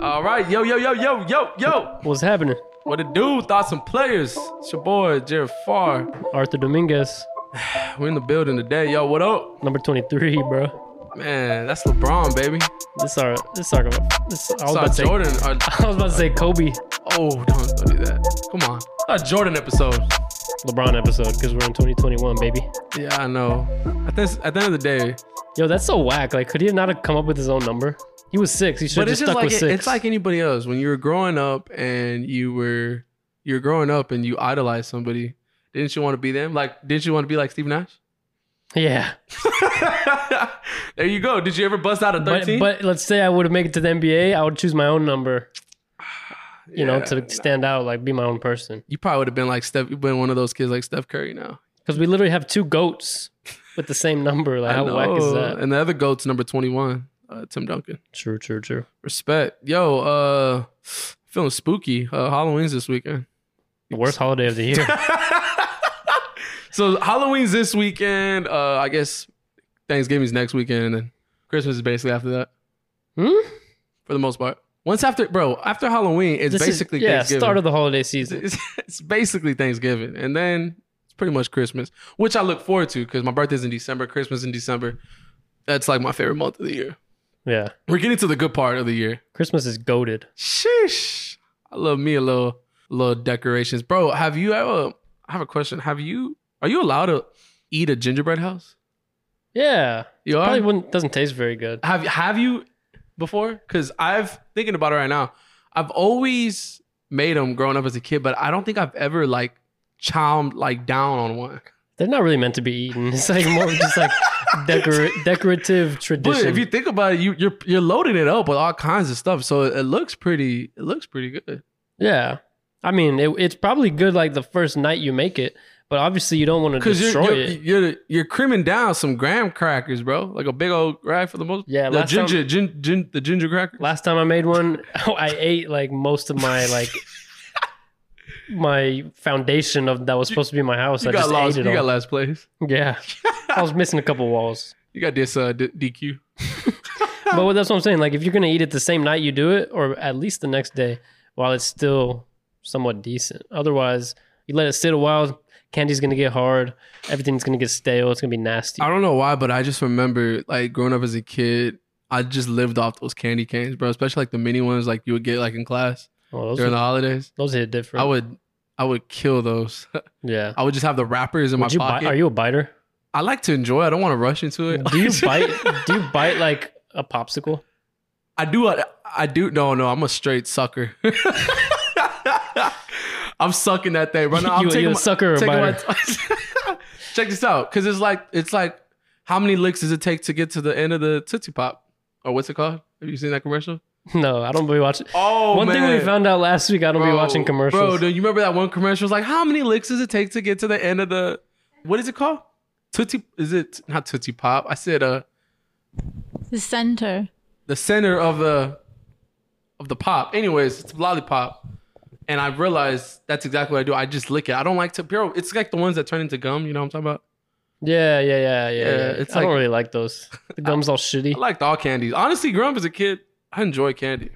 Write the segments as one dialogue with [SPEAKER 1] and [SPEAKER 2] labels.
[SPEAKER 1] All right, yo, yo, yo, yo, yo, yo.
[SPEAKER 2] What's happening?
[SPEAKER 1] What it do? Thoughts and players. It's your boy Jared Farr.
[SPEAKER 2] Arthur Dominguez,
[SPEAKER 1] We in the building today, yo. What up,
[SPEAKER 2] number 23, bro.
[SPEAKER 1] man? That's LeBron, baby.
[SPEAKER 2] This our this our this, I was
[SPEAKER 1] Saw
[SPEAKER 2] about to say,
[SPEAKER 1] Jordan. uh,
[SPEAKER 2] I was about to say Kobe
[SPEAKER 1] oh, don't, don't do that. Come on. A Jordan episode.
[SPEAKER 2] LeBron episode because we're in 2021, baby.
[SPEAKER 1] Yeah, I know. At this, at the end of the day,
[SPEAKER 2] Yo, that's so whack. Like, could he not have come up with his own number? He was six. He should
[SPEAKER 1] but
[SPEAKER 2] have
[SPEAKER 1] it's
[SPEAKER 2] just
[SPEAKER 1] just
[SPEAKER 2] stuck
[SPEAKER 1] like
[SPEAKER 2] with
[SPEAKER 1] it-
[SPEAKER 2] six.
[SPEAKER 1] it's like anybody else. When you were growing up and you were you're growing up and you idolized somebody, didn't you want to be them? Like, didn't you want to be like Steve Nash?
[SPEAKER 2] yeah.
[SPEAKER 1] there you go. Did you ever bust out a
[SPEAKER 2] But,
[SPEAKER 1] thirteen?
[SPEAKER 2] but let's say I would have made it to the NBA, I would choose my own number, you know, to stand out, like be my own person.
[SPEAKER 1] you probably would have been like Steph. You've been one of those kids like Steph Curry now.
[SPEAKER 2] Because we literally have two goats with the same number. Like,
[SPEAKER 1] I
[SPEAKER 2] how whack is
[SPEAKER 1] know.
[SPEAKER 2] that?
[SPEAKER 1] And the other goat's number twenty one, uh, Tim Duncan.
[SPEAKER 2] True, true, true.
[SPEAKER 1] Respect, yo. Uh, feeling spooky. Uh, Halloween's this weekend.
[SPEAKER 2] The worst holiday of the year.
[SPEAKER 1] so Halloween's this weekend. Uh, I guess Thanksgiving's next weekend, and Christmas is basically after that
[SPEAKER 2] hmm?
[SPEAKER 1] for the most part. Once after, bro, after Halloween, it's
[SPEAKER 2] This is-
[SPEAKER 1] basically
[SPEAKER 2] yeah,
[SPEAKER 1] Thanksgiving.
[SPEAKER 2] start of the holiday season.
[SPEAKER 1] it's, it's basically Thanksgiving, and then it's pretty much Christmas, which I look forward to because my birthday's in December, Christmas in December. That's like my favorite month of the year.
[SPEAKER 2] Yeah.
[SPEAKER 1] We're getting to the good part of the year.
[SPEAKER 2] Christmas is goaded.
[SPEAKER 1] Sheesh. I love me a little little decorations. Bro, have you ever I have a question. Have you are you allowed to eat a gingerbread house?
[SPEAKER 2] Yeah.
[SPEAKER 1] You
[SPEAKER 2] Probably
[SPEAKER 1] are?
[SPEAKER 2] wouldn't doesn't taste very good.
[SPEAKER 1] Have have you before? Cuz I've thinking about it right now. I've always made them growing up as a kid, but I don't think I've ever like chowed like down on one.
[SPEAKER 2] They're not really meant to be eaten. It's like more of just like decora- decorative
[SPEAKER 1] But
[SPEAKER 2] tradition.
[SPEAKER 1] if you think about it, you you're you're loading it up with all kinds of stuff. So it, it looks pretty it looks pretty good.
[SPEAKER 2] yeah. I mean, it, it's probably good like the first night you make it, but obviously you don't want to
[SPEAKER 1] Cause you're
[SPEAKER 2] destroy
[SPEAKER 1] you're,
[SPEAKER 2] it.
[SPEAKER 1] you're you're crimming down some graham crackers, bro. Like a big old right for the most.
[SPEAKER 2] Yeah,
[SPEAKER 1] the
[SPEAKER 2] last time-
[SPEAKER 1] ginger, gin, gin, the ginger cracker.
[SPEAKER 2] Last time I made one, I ate like most of my like my foundation of that was supposed to be my house.
[SPEAKER 1] You
[SPEAKER 2] I
[SPEAKER 1] got
[SPEAKER 2] just
[SPEAKER 1] lost.
[SPEAKER 2] ate
[SPEAKER 1] You
[SPEAKER 2] it all.
[SPEAKER 1] got last place.
[SPEAKER 2] yeah, I was missing a couple walls.
[SPEAKER 1] You got this uh, D- DQ.
[SPEAKER 2] But that's what I'm saying. Like if you're gonna eat it the same night you do it, or at least the next day, while it's still somewhat decent. Otherwise, you let it sit a while. Candy's gonna get hard. Everything's gonna get stale. It's gonna be nasty.
[SPEAKER 1] I don't know why, but I just remember like growing up as a kid. I just lived off those candy canes, bro. Especially like the mini ones, like you would get like in class
[SPEAKER 2] Well, Oh, those,
[SPEAKER 1] during the holidays.
[SPEAKER 2] those hit different.
[SPEAKER 1] I would, I would kill those.
[SPEAKER 2] yeah.
[SPEAKER 1] I would just have the wrappers in
[SPEAKER 2] Would you
[SPEAKER 1] my
[SPEAKER 2] bite?
[SPEAKER 1] pocket.
[SPEAKER 2] Are you a biter?
[SPEAKER 1] I like to enjoy. I don't want to rush into it.
[SPEAKER 2] Do you bite? Do you bite like a popsicle?
[SPEAKER 1] I do. I, I do. No, no. I'm a straight sucker. I'm sucking that thing right now. I'm
[SPEAKER 2] you, you
[SPEAKER 1] taking
[SPEAKER 2] a
[SPEAKER 1] my,
[SPEAKER 2] sucker or a
[SPEAKER 1] taking my
[SPEAKER 2] biter?
[SPEAKER 1] check this out, because it's like it's like how many licks does it take to get to the end of the tootsie pop, or what's it called? Have you seen that commercial?
[SPEAKER 2] No, I don't be watching.
[SPEAKER 1] Oh,
[SPEAKER 2] One thing we found out last week, I don't be watching
[SPEAKER 1] Bro,
[SPEAKER 2] commercials.
[SPEAKER 1] do you remember that one commercial? It's like how many licks does it take to get to the end of the what is it called? Tootsie? Is it not tootsie pop? I said uh
[SPEAKER 3] The center.
[SPEAKER 1] the center of the of the pop. Anyways, it's lollipop. And I realized that's exactly what I do. I just lick it. I don't like to bro, it's like the ones that turn into gum, you know what I'm talking about?
[SPEAKER 2] yeah, yeah, yeah, yeah.
[SPEAKER 1] Yeah,
[SPEAKER 2] yeah.
[SPEAKER 1] it's
[SPEAKER 2] I don't
[SPEAKER 1] like-
[SPEAKER 2] really like those. The gum's all shitty.
[SPEAKER 1] I liked all candies. Honestly, growing up as a kid, I enjoy candy.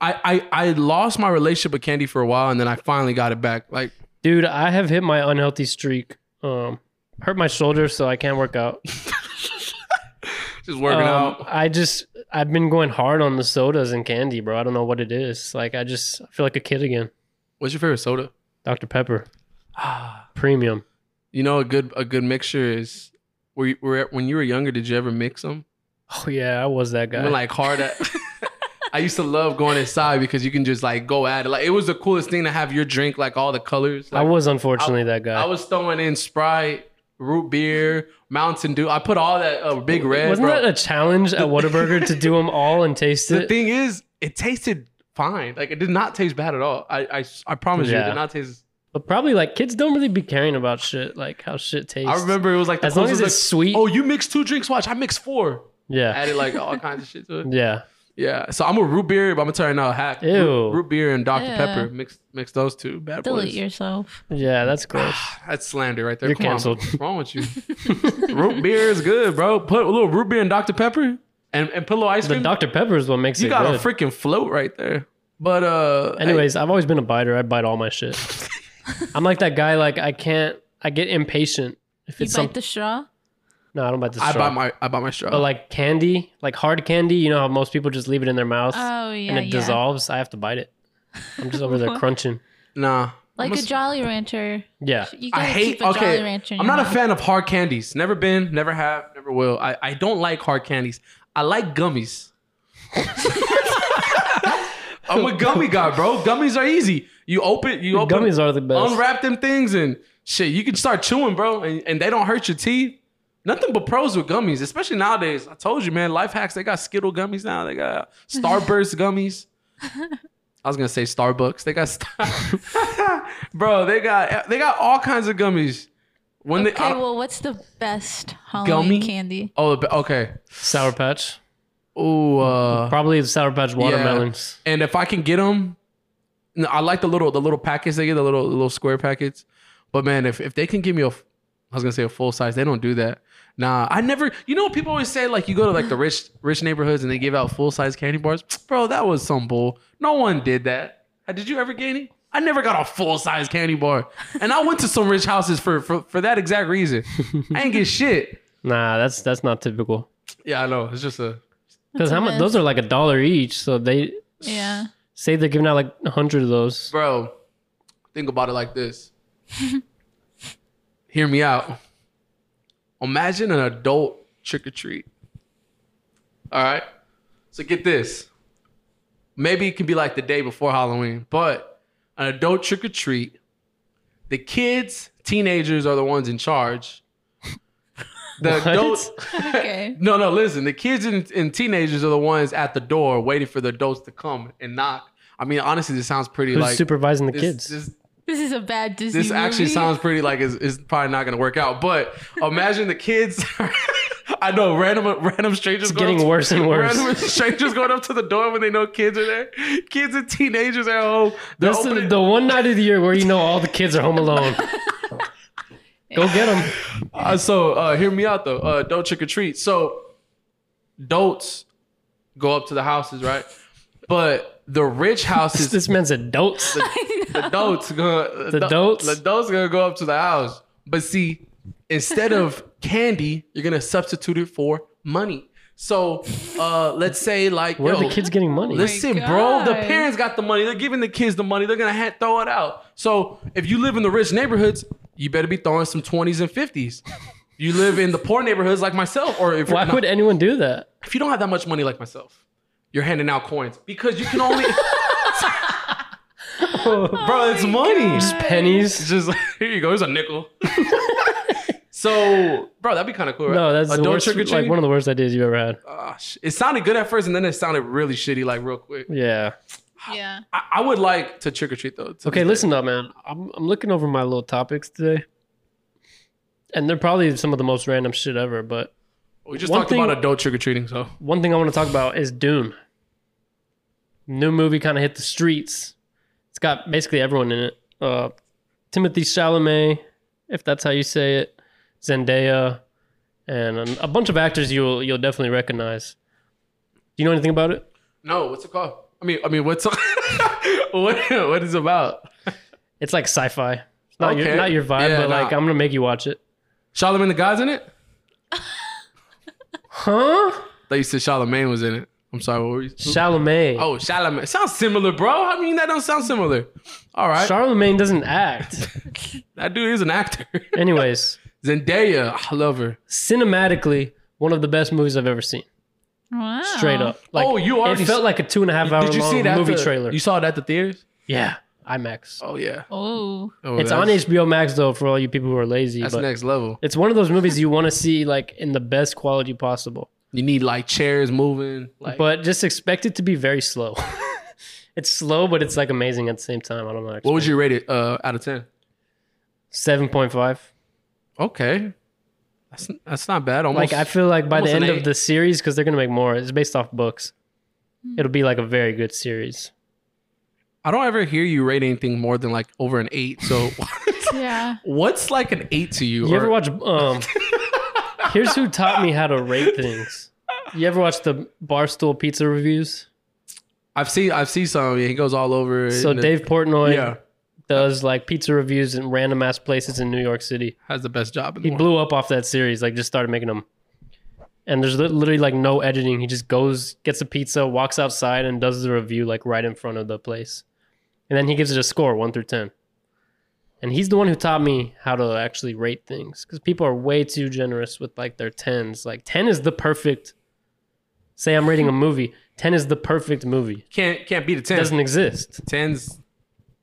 [SPEAKER 1] I, I I lost my relationship with candy for a while and then I finally got it back. Like
[SPEAKER 2] Dude, I have hit my unhealthy streak. Um, hurt my shoulder, so I can't work out.
[SPEAKER 1] just working
[SPEAKER 2] Um,
[SPEAKER 1] out.
[SPEAKER 2] I just I've been going hard on the sodas and candy, bro. I don't know what it is. Like I just I feel like a kid again.
[SPEAKER 1] What's your favorite soda?
[SPEAKER 2] Dr Pepper,
[SPEAKER 1] Ah,
[SPEAKER 2] premium.
[SPEAKER 1] you know a good a good mixture is were you, were when you were younger, did you ever mix them?
[SPEAKER 2] Oh yeah, I was that guy.
[SPEAKER 1] Even, like hard at. I used to love going inside because you can just like go at it. Like it was the coolest thing to have your drink like all the colors.
[SPEAKER 2] I
[SPEAKER 1] Like,
[SPEAKER 2] was unfortunately that guy.
[SPEAKER 1] I was throwing in Sprite, root beer, Mountain Dew. I put all that uh, big red.
[SPEAKER 2] Wasn't
[SPEAKER 1] bro.
[SPEAKER 2] that a challenge at Whataburger to do them all and taste
[SPEAKER 1] the
[SPEAKER 2] it?
[SPEAKER 1] thing is, it tasted fine. Like it did not taste bad at all. I I, I promise you, it
[SPEAKER 2] Yeah.
[SPEAKER 1] did not taste.
[SPEAKER 2] But probably like kids don't really be caring about shit like how shit tastes.
[SPEAKER 1] I remember it was like the
[SPEAKER 2] as long as
[SPEAKER 1] closest,
[SPEAKER 2] it's sweet.
[SPEAKER 1] like, oh, you mixed two drinks. Watch, I mixed four.
[SPEAKER 2] yeah,
[SPEAKER 1] Added like all kinds of shit to it.
[SPEAKER 2] yeah.
[SPEAKER 1] Yeah, so I'm a root beer, but I'm gonna tell you now, hack.
[SPEAKER 2] Ew.
[SPEAKER 1] Root, root beer and Dr
[SPEAKER 3] Yeah.
[SPEAKER 1] Pepper. Mix mix those two bad
[SPEAKER 3] Delete
[SPEAKER 1] boys.
[SPEAKER 3] yourself.
[SPEAKER 2] Yeah, that's gross.
[SPEAKER 1] That's slander right there.
[SPEAKER 2] You're
[SPEAKER 1] Come on,
[SPEAKER 2] canceled.
[SPEAKER 1] what's wrong with you? root beer is good, bro. Put a little root beer and Dr Pepper. And and pillow ice
[SPEAKER 2] The
[SPEAKER 1] cream.
[SPEAKER 2] Dr. Pepper is what makes
[SPEAKER 1] you
[SPEAKER 2] it
[SPEAKER 1] got
[SPEAKER 2] good.
[SPEAKER 1] a freaking float right there. But uh I-
[SPEAKER 2] Anyways, I've always been a biter. I bite all my shit. I'm like that guy. Like I can't. I get impatient if
[SPEAKER 3] You
[SPEAKER 2] it's
[SPEAKER 3] bite
[SPEAKER 2] something.
[SPEAKER 3] the straw?
[SPEAKER 2] no, I don't bite the straw.
[SPEAKER 1] I, buy my I buy my straw.
[SPEAKER 2] But like candy, like hard candy. You know how most people just leave it in their mouth
[SPEAKER 3] Oh, yeah.
[SPEAKER 2] and it
[SPEAKER 3] yeah.
[SPEAKER 2] dissolves. I have to bite it. I'm just over there crunching.
[SPEAKER 1] nah.
[SPEAKER 3] Like
[SPEAKER 1] I'm
[SPEAKER 3] a,
[SPEAKER 1] a s-
[SPEAKER 3] Jolly Rancher.
[SPEAKER 2] Yeah,
[SPEAKER 3] You
[SPEAKER 1] I
[SPEAKER 3] gotta
[SPEAKER 1] hate
[SPEAKER 3] keep a Jolly
[SPEAKER 1] okay.
[SPEAKER 3] Rancher in
[SPEAKER 1] I'm
[SPEAKER 3] your
[SPEAKER 1] not a
[SPEAKER 3] mouth.
[SPEAKER 1] fan of hard candies. Never been, never have, never will. I, I don't like hard candies. I like gummies. I'm a gummy guy, bro. Gummies are easy. You open you open
[SPEAKER 2] gummies are the best.
[SPEAKER 1] unwrap them things and shit. You can start chewing, bro, and, and they don't hurt your teeth. Nothing but pros with gummies, especially nowadays. I told you, man, life hacks. They got Skittle gummies now. They got Starburst gummies. I was gonna say Starbucks. They got, Star- bro. They got they got all kinds of gummies. When they
[SPEAKER 3] Okay,
[SPEAKER 1] I-
[SPEAKER 3] well, what's the best Halloween
[SPEAKER 1] Gummy?
[SPEAKER 3] candy?
[SPEAKER 1] oh okay
[SPEAKER 2] Sour Patch.
[SPEAKER 1] oh uh,
[SPEAKER 2] Probably the Sour Patch watermelons.
[SPEAKER 1] and if I can get them, I like the little the little packets they get the little the little square packets. But man, if if they can give me a, f- I was gonna say a full size. They don't do that. Nah, I never. You know, people always say like you go to like the rich rich neighborhoods and they give out full size candy bars. Bro, that was some bull. No one did that. Uh, Did you ever get any? I never got a full size candy bar, and I went to some rich houses for for, for that exact reason. I ain't get shit.
[SPEAKER 2] Nah, that's that's not typical.
[SPEAKER 1] Yeah, I know. It's just a
[SPEAKER 2] Because how much?
[SPEAKER 3] mess.
[SPEAKER 2] Those are like a dollar each. So they
[SPEAKER 3] Yeah.
[SPEAKER 2] say they're giving out like a hundred of those.
[SPEAKER 1] bro. Think about it like this. Hear me out. Imagine an adult trick or treat. All right. So get this. Maybe it can be like the day before Halloween, but an adult trick or treat. The kids, teenagers are the ones in charge. The
[SPEAKER 2] What?
[SPEAKER 1] adult,
[SPEAKER 3] Okay.
[SPEAKER 1] no, no, listen. The kids and, and teenagers are the ones at the door waiting for the adults to come and knock. I mean, honestly, this sounds pretty
[SPEAKER 2] Who's
[SPEAKER 1] like
[SPEAKER 2] supervising the
[SPEAKER 1] this,
[SPEAKER 2] kids?
[SPEAKER 1] This,
[SPEAKER 3] This is a bad Disney
[SPEAKER 1] this actually
[SPEAKER 3] movie.
[SPEAKER 1] sounds pretty like it's, it's probably not going to work out. But imagine the kids. I know random random strangers.
[SPEAKER 2] It's
[SPEAKER 1] going
[SPEAKER 2] getting
[SPEAKER 1] up to-
[SPEAKER 2] worse and worse.
[SPEAKER 1] Random strangers going up to the door when they know kids are there. Kids and teenagers at home. They're
[SPEAKER 2] This
[SPEAKER 1] opening-
[SPEAKER 2] is the one night of the year where you know all the kids are home alone. Go get them.
[SPEAKER 1] Uh, so uh, hear me out though. Uh, don't trick or treat. So dotes go up to the houses, right? But the rich houses,
[SPEAKER 2] This man's adults.
[SPEAKER 1] the dotes gonna
[SPEAKER 2] The dotes?
[SPEAKER 1] the dotes gonna go up to the house. But see, instead of candy, you're gonna substitute it for money. So uh, let's say like
[SPEAKER 2] Where are
[SPEAKER 1] yo,
[SPEAKER 2] the kids getting money?
[SPEAKER 1] Listen,
[SPEAKER 3] my
[SPEAKER 1] bro, the
[SPEAKER 3] God.
[SPEAKER 1] parents got the money. They're giving the kids the money. They're gonna ha- throw it out. So if you live in the rich neighborhoods, you better be throwing some twenties and fifties. You live in the poor neighborhoods like myself, or if,
[SPEAKER 2] Why
[SPEAKER 1] no,
[SPEAKER 2] would anyone do that?
[SPEAKER 1] if you don't have that much money like myself, you're handing out coins because you can only, bro, it's money. Just
[SPEAKER 2] Pennies.
[SPEAKER 1] Just here you go. Here's a nickel. so, bro, that'd be kind of cool. Right?
[SPEAKER 2] No, that's the
[SPEAKER 1] Adult
[SPEAKER 2] worst,
[SPEAKER 1] trick-or-treat?
[SPEAKER 2] like one of the worst ideas you've ever had.
[SPEAKER 1] Ah, sh- it sounded good at first, and then it sounded really shitty, like real quick.
[SPEAKER 2] Yeah.
[SPEAKER 3] Yeah.
[SPEAKER 1] I, I would like to trick or treat though. to
[SPEAKER 2] Okay,
[SPEAKER 1] this day.
[SPEAKER 2] listen up, man. I'm, I'm looking over my little topics today. And they're probably some of the most random shit ever, but
[SPEAKER 1] We just
[SPEAKER 2] One
[SPEAKER 1] talked
[SPEAKER 2] thing-
[SPEAKER 1] about adult trick or treating, so
[SPEAKER 2] one thing I want to talk about is Dune. New movie kind of hit the streets. It's got basically everyone in it. Uh, Timothy Chalamet, if that's how you say it, Zendaya, and um, a bunch of actors you'll you'll definitely recognize. Do you know anything about it?
[SPEAKER 1] no, what's it called? I mean, I mean, what's what? What is it about?
[SPEAKER 2] It's like sci-fi. It's Not your
[SPEAKER 1] Okay.
[SPEAKER 2] not your vibe,
[SPEAKER 1] Yeah,
[SPEAKER 2] but like
[SPEAKER 1] nah.
[SPEAKER 2] I'm gonna make you watch it.
[SPEAKER 1] Charlemagne the God's in it.
[SPEAKER 2] Huh?
[SPEAKER 1] They used to Charlemagne was in it. I'm sorry, what were you?
[SPEAKER 2] Chalamet.
[SPEAKER 1] oh, Charlemagne sounds similar, bro. I mean, that don't sound similar. All right,
[SPEAKER 2] Charlemagne doesn't act.
[SPEAKER 1] that dude is an actor.
[SPEAKER 2] Anyways,
[SPEAKER 1] Zendaya, I love her.
[SPEAKER 2] cinematically, one of the best movies I've ever seen.
[SPEAKER 3] Wow.
[SPEAKER 2] Straight up. Like,
[SPEAKER 1] Oh, you already
[SPEAKER 2] It felt
[SPEAKER 1] s-
[SPEAKER 2] like a two and a half hour
[SPEAKER 1] Did you
[SPEAKER 2] long
[SPEAKER 1] see that
[SPEAKER 2] movie
[SPEAKER 1] the-
[SPEAKER 2] trailer.
[SPEAKER 1] You saw it at the theaters?
[SPEAKER 2] yeah, IMAX.
[SPEAKER 1] Oh yeah.
[SPEAKER 3] Oh.
[SPEAKER 1] Oh,
[SPEAKER 2] it's
[SPEAKER 1] that's-
[SPEAKER 2] on HBO Max though for all you people who are lazy.
[SPEAKER 1] That's
[SPEAKER 2] but
[SPEAKER 1] next level.
[SPEAKER 2] It's one of those movies you want to see like in the best quality possible,
[SPEAKER 1] You need like chairs moving. Like,
[SPEAKER 2] but just expect it to be very slow. it's slow, but it's like amazing at the same time. I don't know.
[SPEAKER 1] what would you rate it uh, out of ten?
[SPEAKER 2] Seven point five.
[SPEAKER 1] Okay, that's that's not bad. Almost
[SPEAKER 2] Like I feel like by the
[SPEAKER 1] almost an
[SPEAKER 2] end
[SPEAKER 1] eight.
[SPEAKER 2] of the series, because they're gonna make more. It's based off books. It'll be like a very good series.
[SPEAKER 1] I don't ever hear you rate anything more than like over an eight. So
[SPEAKER 3] Yeah.
[SPEAKER 1] what's like an eight to you?
[SPEAKER 2] You
[SPEAKER 1] Or-
[SPEAKER 2] ever watch? Um, here's who taught me how to rate things. You ever watch the Barstool Pizza reviews?
[SPEAKER 1] I've seen I've seen some. Yeah, he goes all over.
[SPEAKER 2] So
[SPEAKER 1] and-
[SPEAKER 2] Dave Portnoy
[SPEAKER 1] yeah,
[SPEAKER 2] does like pizza reviews in random ass places in New York City.
[SPEAKER 1] has the best job in the
[SPEAKER 2] He
[SPEAKER 1] world.
[SPEAKER 2] blew up off that series, like just started making them. And there's li- literally like no editing. He just goes, gets a pizza, walks outside, and does the review like right in front of the place. And then he gives it a score one through ten. And he's the one who taught me how to actually rate things because people are way too generous with like their tens. Like ten is the perfect. Say I'm rating a movie. Ten is the perfect movie.
[SPEAKER 1] Can't can't beat a
[SPEAKER 2] It
[SPEAKER 1] ten.
[SPEAKER 2] doesn't exist.
[SPEAKER 1] Tens,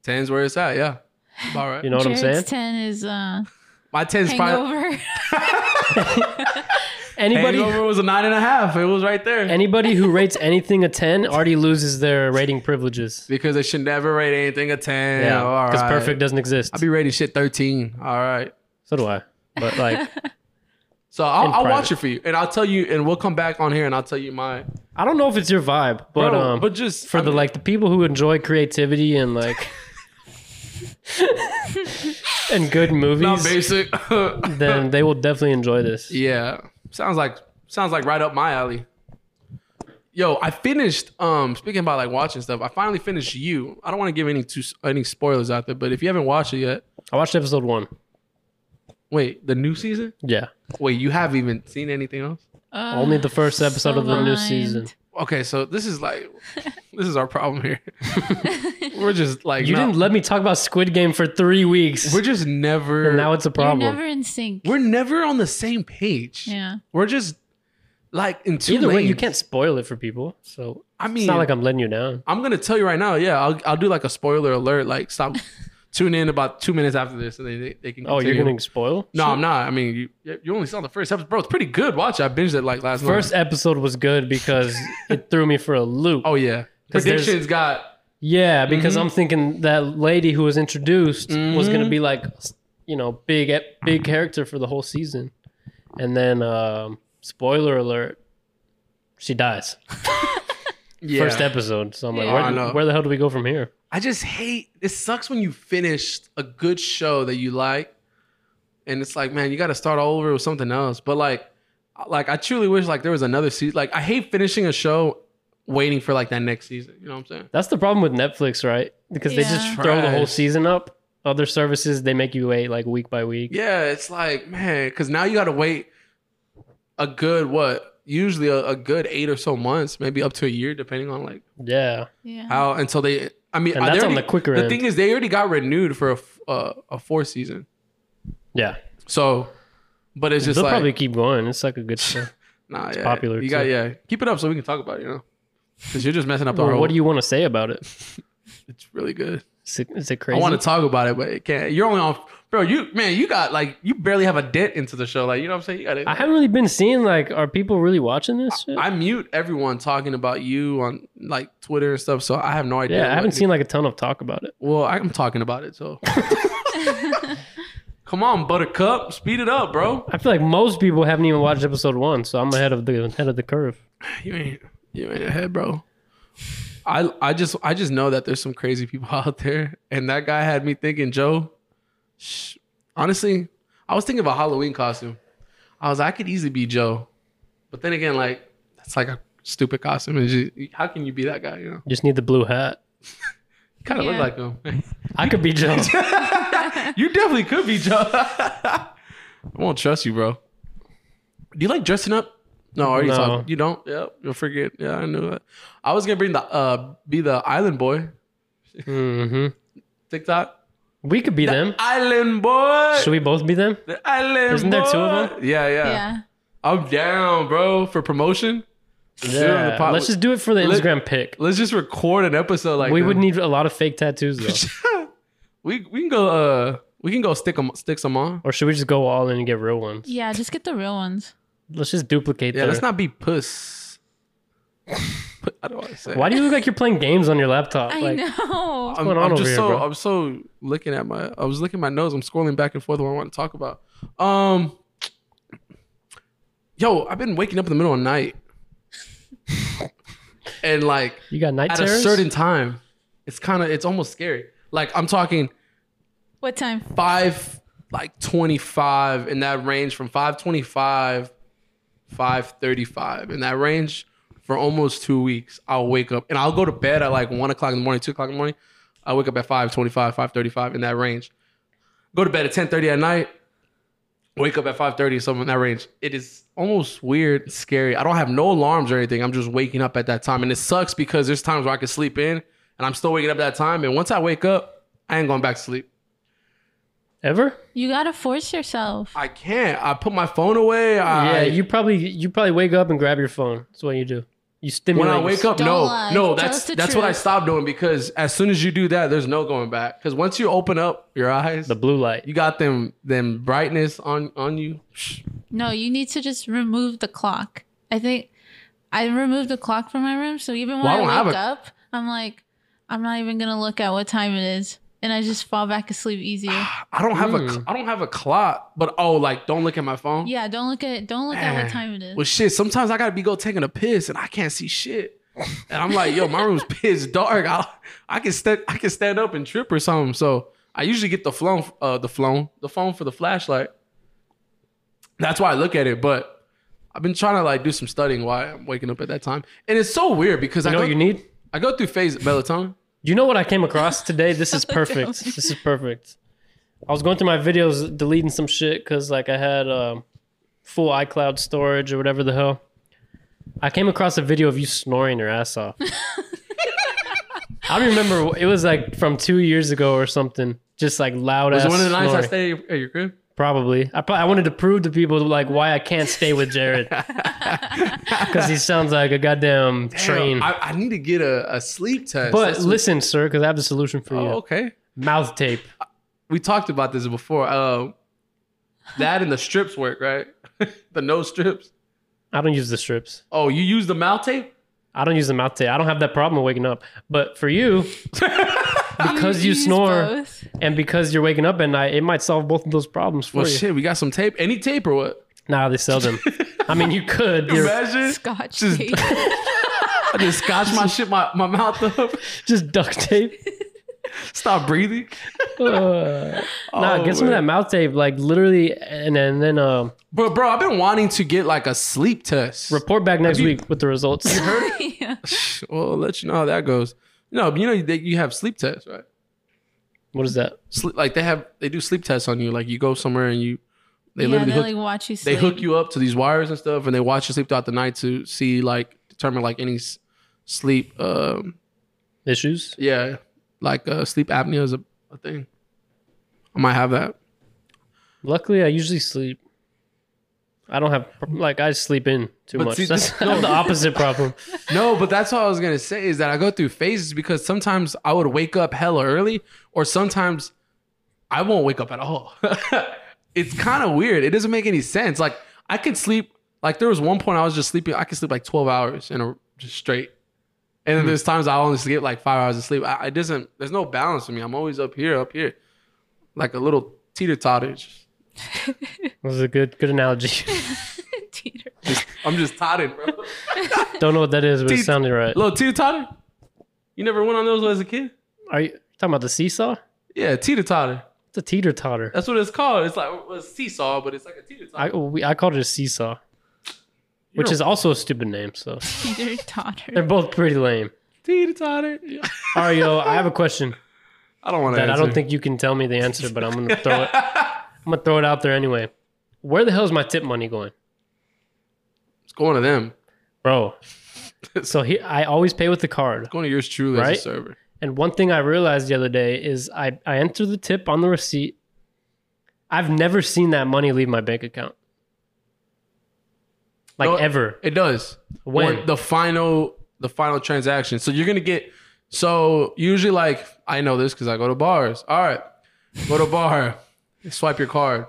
[SPEAKER 1] tens where it's at. Yeah, all right.
[SPEAKER 2] You know what I'm saying?
[SPEAKER 3] Jared's ten is uh,
[SPEAKER 1] My tens. Final,
[SPEAKER 3] hangover.
[SPEAKER 2] Anybody
[SPEAKER 1] hangover was a nine and a half. It was right there
[SPEAKER 2] anybody who rates anything a 10 already loses their rating privileges.
[SPEAKER 1] because they should never rate anything a ten. Yeah, all
[SPEAKER 2] Because
[SPEAKER 1] right.
[SPEAKER 2] perfect doesn't exist.
[SPEAKER 1] I'd be rating shit thirteen. All right.
[SPEAKER 2] so do I. But like,
[SPEAKER 1] So I'll,
[SPEAKER 2] In
[SPEAKER 1] I'll
[SPEAKER 2] private.
[SPEAKER 1] watch it for you, and I'll tell you, and we'll come back on here, and I'll tell you my.
[SPEAKER 2] I don't know if it's your vibe, but
[SPEAKER 1] Bro,
[SPEAKER 2] um,
[SPEAKER 1] but just
[SPEAKER 2] for
[SPEAKER 1] I
[SPEAKER 2] the
[SPEAKER 1] mean,
[SPEAKER 2] like the people who enjoy creativity and like and good
[SPEAKER 1] not
[SPEAKER 2] movies,
[SPEAKER 1] basic.
[SPEAKER 2] then they will definitely enjoy this.
[SPEAKER 1] Yeah. Sounds like sounds like right up my alley. Yo, I finished um speaking about like watching stuff. I finally finished you. I don't want to give any too any spoilers out there, but if you haven't watched it yet,
[SPEAKER 2] I watched episode one.
[SPEAKER 1] wait, the new season?
[SPEAKER 2] Yeah,
[SPEAKER 1] Wait, you have even seen anything else?
[SPEAKER 3] Uh,
[SPEAKER 2] only the first episode
[SPEAKER 3] so
[SPEAKER 2] of the new
[SPEAKER 3] blind.
[SPEAKER 2] season.
[SPEAKER 1] Okay, so this is like this is our problem here. we're just like
[SPEAKER 2] You
[SPEAKER 1] not-
[SPEAKER 2] didn't let me talk about Squid Game for three weeks,
[SPEAKER 1] we're just never
[SPEAKER 2] and now it's a
[SPEAKER 3] You're
[SPEAKER 2] problem.
[SPEAKER 3] never in sync.
[SPEAKER 1] we're never on the same page.
[SPEAKER 3] yeah.
[SPEAKER 1] We're just like in two
[SPEAKER 2] Either way, you
[SPEAKER 1] lanes.
[SPEAKER 2] can't spoil it for people. So
[SPEAKER 1] I mean
[SPEAKER 2] it's not like I'm letting you down.
[SPEAKER 1] I'm gonna tell you right now. Yeah, I'll I'll do like a spoiler alert. Like stop, tune in about two minutes after this, and they they, they can.
[SPEAKER 2] Oh, you're
[SPEAKER 1] continue.
[SPEAKER 2] gonna spoil?
[SPEAKER 1] No, I'm not. I mean, you you only saw the first episode, bro. It's pretty good. Watch, it. I binged it like last
[SPEAKER 2] First
[SPEAKER 1] night.
[SPEAKER 2] episode was good because it threw me for a loop.
[SPEAKER 1] Oh yeah,
[SPEAKER 2] 'Cause there's-
[SPEAKER 1] predictions got
[SPEAKER 2] yeah, because
[SPEAKER 1] Mhm.
[SPEAKER 2] I'm thinking that lady who was introduced was
[SPEAKER 1] Mhm.
[SPEAKER 2] gonna be like, you know, big e, big character for the whole season, and then um, spoiler alert, she dies
[SPEAKER 1] yeah.
[SPEAKER 2] first episode. So I'm like,
[SPEAKER 3] Yeah.
[SPEAKER 1] I
[SPEAKER 2] where,
[SPEAKER 1] know.
[SPEAKER 2] where the hell do we go from here?
[SPEAKER 1] I just hate. It sucks when you finish a good show that you like, and it's like, man, you got to start all over with something else. But like, like I truly wish like there was another season. Like I hate finishing a show waiting for like that next season. You know what I'm saying?
[SPEAKER 2] That's the problem with Netflix, right? Because they just
[SPEAKER 3] Yeah.
[SPEAKER 2] throw the whole
[SPEAKER 1] Trash.
[SPEAKER 2] season up. Other services they make you wait like week by week.
[SPEAKER 1] Yeah, it's like, man, because now you got to wait a good, what, usually a, a good eight or so months, maybe up to a year, depending on like
[SPEAKER 2] Yeah,
[SPEAKER 3] Yeah.
[SPEAKER 1] how until they, I mean,
[SPEAKER 2] Mm-hmm. and
[SPEAKER 1] they
[SPEAKER 2] that's on the
[SPEAKER 1] already-
[SPEAKER 2] quicker
[SPEAKER 1] the
[SPEAKER 2] end.
[SPEAKER 1] thing is, they already got renewed for a, f- uh, a fourth season.
[SPEAKER 2] yeah,
[SPEAKER 1] So, but it's just
[SPEAKER 2] they'll
[SPEAKER 1] like,
[SPEAKER 2] probably keep going. It's like a good show.
[SPEAKER 1] nah, yeah,
[SPEAKER 2] popular,
[SPEAKER 1] You got,
[SPEAKER 2] too.
[SPEAKER 1] yeah, keep it up so we can talk about it, you know? Because you're just messing up the
[SPEAKER 2] Or
[SPEAKER 1] whole,
[SPEAKER 2] what do you want to say about it?
[SPEAKER 1] it's really good.
[SPEAKER 2] Is it, is it crazy?
[SPEAKER 1] I want to talk about it, but it can't. You're only on, bro, you, man, you got like, you barely have a dent into the show. Like, you know what I'm saying? You got it.
[SPEAKER 2] I haven't really been seeing like, are people really watching this? Shit?
[SPEAKER 1] I mute everyone talking about you on like Twitter and stuff, so I have no idea.
[SPEAKER 2] yeah, I
[SPEAKER 1] what-
[SPEAKER 2] haven't seen like a ton of talk about it.
[SPEAKER 1] Well, I'm talking about it, so come on, Buttercup, speed it up, bro.
[SPEAKER 2] I feel like most people haven't even watched episode one, so I'm ahead of the head of the curve.
[SPEAKER 1] You ain't you ain't ahead, bro. I I just I just know that there's some crazy people out there, and that guy had me thinking, Joe. Sh- honestly, I was thinking of a Halloween costume. I was like, I could easily be Joe, but then again, like that's like a stupid costume. It's just- how can you be that guy? You know,
[SPEAKER 2] You just need the blue hat.
[SPEAKER 1] kind of
[SPEAKER 3] Yeah.
[SPEAKER 1] look like him.
[SPEAKER 2] I could be Joe.
[SPEAKER 1] You definitely could be Joe. I won't trust you, bro. Do you like dressing up? No, I already
[SPEAKER 2] No.
[SPEAKER 1] talked. You don't? Yep. You'll forget. Yeah, I knew that. I was gonna bring the uh be the island boy.
[SPEAKER 2] hmm
[SPEAKER 1] TikTok.
[SPEAKER 2] We could be them.
[SPEAKER 1] Island boy.
[SPEAKER 2] Should we both be them?
[SPEAKER 1] the island
[SPEAKER 2] Isn't there two of
[SPEAKER 1] boy. Yeah, yeah,
[SPEAKER 3] yeah.
[SPEAKER 1] I'm down, bro, for promotion. Zero to the pot.
[SPEAKER 2] Let's just do it for the
[SPEAKER 1] Let-
[SPEAKER 2] Instagram pic.
[SPEAKER 1] Let's just record an episode like
[SPEAKER 2] we
[SPEAKER 1] that.
[SPEAKER 2] would need a lot of fake tattoos though.
[SPEAKER 1] we we can go uh we can go stick 'em stick some on.
[SPEAKER 2] or should we just go all in and get real ones?
[SPEAKER 3] Yeah. Just get the real ones.
[SPEAKER 2] Let's just duplicate
[SPEAKER 1] Yeah,
[SPEAKER 2] their-
[SPEAKER 1] let's not be puss. I don't want to say.
[SPEAKER 2] Why do you look like you're playing games on your laptop?
[SPEAKER 3] I
[SPEAKER 2] like
[SPEAKER 3] know.
[SPEAKER 1] I'm,
[SPEAKER 2] going on
[SPEAKER 1] I'm
[SPEAKER 2] over
[SPEAKER 1] just
[SPEAKER 2] here,
[SPEAKER 1] so
[SPEAKER 2] bro?
[SPEAKER 1] I'm so looking at my I was looking at my nose. I'm scrolling back and forth what I want to talk about. Um, yo, I've been waking up in the middle of the night, and like
[SPEAKER 2] you got night
[SPEAKER 1] at
[SPEAKER 2] terrors?
[SPEAKER 1] a certain time, it's kind of it's almost scary. Like I'm talking
[SPEAKER 3] what time?
[SPEAKER 1] five like 25 in that range from 525 five thirty-five in that range for almost two weeks. I'll wake up and I'll go to bed at like one o'clock in the morning, two o'clock in the morning. I wake up at 525, 535 in that range. Go to bed at 1030 at night. Wake up at 530, something in that range. It is almost weird and scary. I don't have no alarms or anything. I'm just waking up at that time. And it sucks because there's times where I can sleep in and I'm still waking up that time. And once I wake up, I ain't going back to sleep.
[SPEAKER 2] Ever?
[SPEAKER 3] You gotta force yourself.
[SPEAKER 1] I can't. I put my phone away. I,
[SPEAKER 2] yeah, you probably you probably wake up and grab your phone. That's what you do. You stimulate.
[SPEAKER 1] when I wake up,
[SPEAKER 3] Don't
[SPEAKER 1] no,
[SPEAKER 3] lie.
[SPEAKER 1] no,
[SPEAKER 3] Tell
[SPEAKER 1] that's
[SPEAKER 3] us the
[SPEAKER 1] that's what I
[SPEAKER 3] truth.
[SPEAKER 1] stopped doing because as soon as you do that, there's no going back. Because once you open up your eyes,
[SPEAKER 2] the blue light.
[SPEAKER 1] you got them them brightness on on you.
[SPEAKER 3] No, you need to just remove the clock. I think I removed the clock from my room, so even when
[SPEAKER 1] Well, I don't
[SPEAKER 3] I,
[SPEAKER 1] have
[SPEAKER 3] wake
[SPEAKER 1] a-
[SPEAKER 3] up, I'm like, I'm not even gonna look at what time it is, and I just fall back asleep easier.
[SPEAKER 1] I don't have
[SPEAKER 2] Hmm.
[SPEAKER 1] a cl- I don't have a clock, but oh, like don't look at my phone.
[SPEAKER 3] yeah, don't look at don't look at
[SPEAKER 1] Man.
[SPEAKER 3] what time it is.
[SPEAKER 1] Well, shit. Sometimes I gotta be go taking a piss and I can't see shit, and I'm like, yo, my room's piss dark. I I can step I can stand up and trip or something. So I usually get the phone uh the phone the phone for the flashlight. That's why I look at it, but I've been trying to like do some studying why I'm waking up at that time, and it's so weird because
[SPEAKER 2] You
[SPEAKER 1] I
[SPEAKER 2] know
[SPEAKER 1] go,
[SPEAKER 2] what you need?
[SPEAKER 1] I go through phase melatonin.
[SPEAKER 2] You know what I came across today? This is perfect. this is perfect. I was going through my videos, deleting some shit because like I had um, full iCloud storage or whatever the hell. I came across a video of you snoring your ass off. I remember it was like from two years ago or something. Just like loud
[SPEAKER 1] Was
[SPEAKER 2] ass.
[SPEAKER 1] it one of the nights I
[SPEAKER 2] snoring.
[SPEAKER 1] stayed at your crib?
[SPEAKER 2] Probably. I probably I wanted to prove to people like why I can't stay with Jared because he sounds like a goddamn train.
[SPEAKER 1] Damn, I, I need to get a, a sleep test.
[SPEAKER 2] but
[SPEAKER 1] That's what-
[SPEAKER 2] listen, sir, because I have the solution for you.
[SPEAKER 1] oh, okay.
[SPEAKER 2] Mouth tape.
[SPEAKER 1] We talked about this before. Uh, that and the strips work, right? the nose strips.
[SPEAKER 2] I don't use the strips.
[SPEAKER 1] Oh, you use the mouth tape?
[SPEAKER 2] I don't use the mouth tape. I don't have that problem of waking up. But for you, because you
[SPEAKER 3] use
[SPEAKER 2] snore
[SPEAKER 3] both.
[SPEAKER 2] and because you're waking up at night, it might solve both of those problems for
[SPEAKER 1] Well,
[SPEAKER 2] you.
[SPEAKER 1] shit, we got some tape. Any tape or what?
[SPEAKER 2] Nah, they seldom. I mean, you could. You're
[SPEAKER 1] Imagine.
[SPEAKER 3] Scotch
[SPEAKER 1] Just-
[SPEAKER 3] tape.
[SPEAKER 1] I just scotch my shit, my, my mouth up.
[SPEAKER 2] just duct tape.
[SPEAKER 1] Stop breathing.
[SPEAKER 2] Uh, nah,
[SPEAKER 1] Oh,
[SPEAKER 2] get some of
[SPEAKER 1] man.
[SPEAKER 2] that mouth tape, like literally, and then, and then um,
[SPEAKER 1] But, bro, I've been wanting to get like a sleep test.
[SPEAKER 2] report back next
[SPEAKER 1] you-
[SPEAKER 2] week with the results.
[SPEAKER 3] Yeah.
[SPEAKER 1] well, I'll let you know how that goes. No, but you know, they, you have sleep tests, right?
[SPEAKER 2] What is that?
[SPEAKER 1] Sleep, like they have, they do sleep tests on you. Like you go somewhere and you, they
[SPEAKER 3] yeah,
[SPEAKER 1] literally
[SPEAKER 3] they
[SPEAKER 1] hook
[SPEAKER 3] like watch you
[SPEAKER 1] they
[SPEAKER 3] sleep.
[SPEAKER 1] hook you up to these wires and stuff, and they watch you sleep throughout the night to see like determine like any s- sleep. Um,
[SPEAKER 2] Issues?
[SPEAKER 1] yeah, like uh, sleep apnea is a, a thing. I might have that.
[SPEAKER 2] Luckily, I usually sleep. I don't have like I sleep in too
[SPEAKER 1] But
[SPEAKER 2] much.
[SPEAKER 1] see,
[SPEAKER 2] That's
[SPEAKER 1] this-
[SPEAKER 2] I have the opposite problem.
[SPEAKER 1] No, but that's what I was gonna say is that I go through phases because sometimes I would wake up hella early, or sometimes I won't wake up at all. it's kind of weird. It doesn't make any sense. Like I could sleep. Like there was one point I was just sleeping. I could sleep like twelve hours in a just straight. And then there's times I only get like five hours of sleep. I, it doesn't. There's no balance for me. I'm always up here, up here, like a little teeter totter.
[SPEAKER 2] That was a good good analogy.
[SPEAKER 3] Teeter.
[SPEAKER 1] I'm just totted, bro.
[SPEAKER 2] don't know what that is, but it
[SPEAKER 1] Teeth.
[SPEAKER 2] sounded right.
[SPEAKER 1] little teeter totter. You never went on those as a kid?
[SPEAKER 2] Are you talking about the seesaw?
[SPEAKER 1] Yeah, teeter totter.
[SPEAKER 2] It's a teeter totter.
[SPEAKER 1] That's what it's called. It's like well, it's seesaw, but it's like a teeter
[SPEAKER 2] I
[SPEAKER 1] totter.
[SPEAKER 2] we, I called it a seesaw, which
[SPEAKER 1] You're-
[SPEAKER 2] is also a stupid name. So
[SPEAKER 3] Teeter totter.
[SPEAKER 2] they're both pretty lame.
[SPEAKER 1] Teeter totter.
[SPEAKER 2] Ario, I have a question
[SPEAKER 1] I don't want to.
[SPEAKER 2] that I don't think you can tell me the answer, but I'm gonna throw it. I'm gonna throw it out there anyway. Where the hell is my tip money going,
[SPEAKER 1] it's going to them.
[SPEAKER 2] bro? So here, I always pay with the card.
[SPEAKER 1] It's going to yours truly as
[SPEAKER 2] Right?
[SPEAKER 1] a server.
[SPEAKER 2] And one thing I realized the other day is I, I enter the tip on the receipt. I've never seen that money leave my bank account. Like
[SPEAKER 1] No,
[SPEAKER 2] ever.
[SPEAKER 1] It does.
[SPEAKER 2] When?
[SPEAKER 1] the final the final transaction. So you're gonna get. So usually, like I know this because I go to bars. All right, go to bar, swipe your card.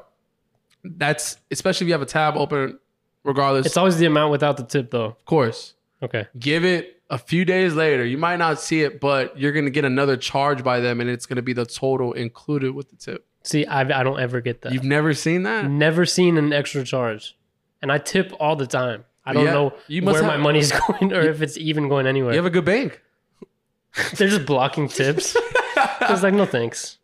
[SPEAKER 1] That's especially if you have a tab open. Regardless,
[SPEAKER 2] It's always the amount without the tip though.
[SPEAKER 1] of course.
[SPEAKER 2] Okay.
[SPEAKER 1] give it a few days later you might not see it but you're gonna get another charge by them and it's gonna be the total included with the tip
[SPEAKER 2] See, I I don't ever get that.
[SPEAKER 1] you've never seen that
[SPEAKER 2] never seen an extra charge. And I tip all the time. I don't
[SPEAKER 1] Yeah,
[SPEAKER 2] know
[SPEAKER 1] you must
[SPEAKER 2] where my
[SPEAKER 1] have-
[SPEAKER 2] money's going or if it's even going anywhere.
[SPEAKER 1] you have a good bank
[SPEAKER 2] They're just blocking tips. it's like no thanks.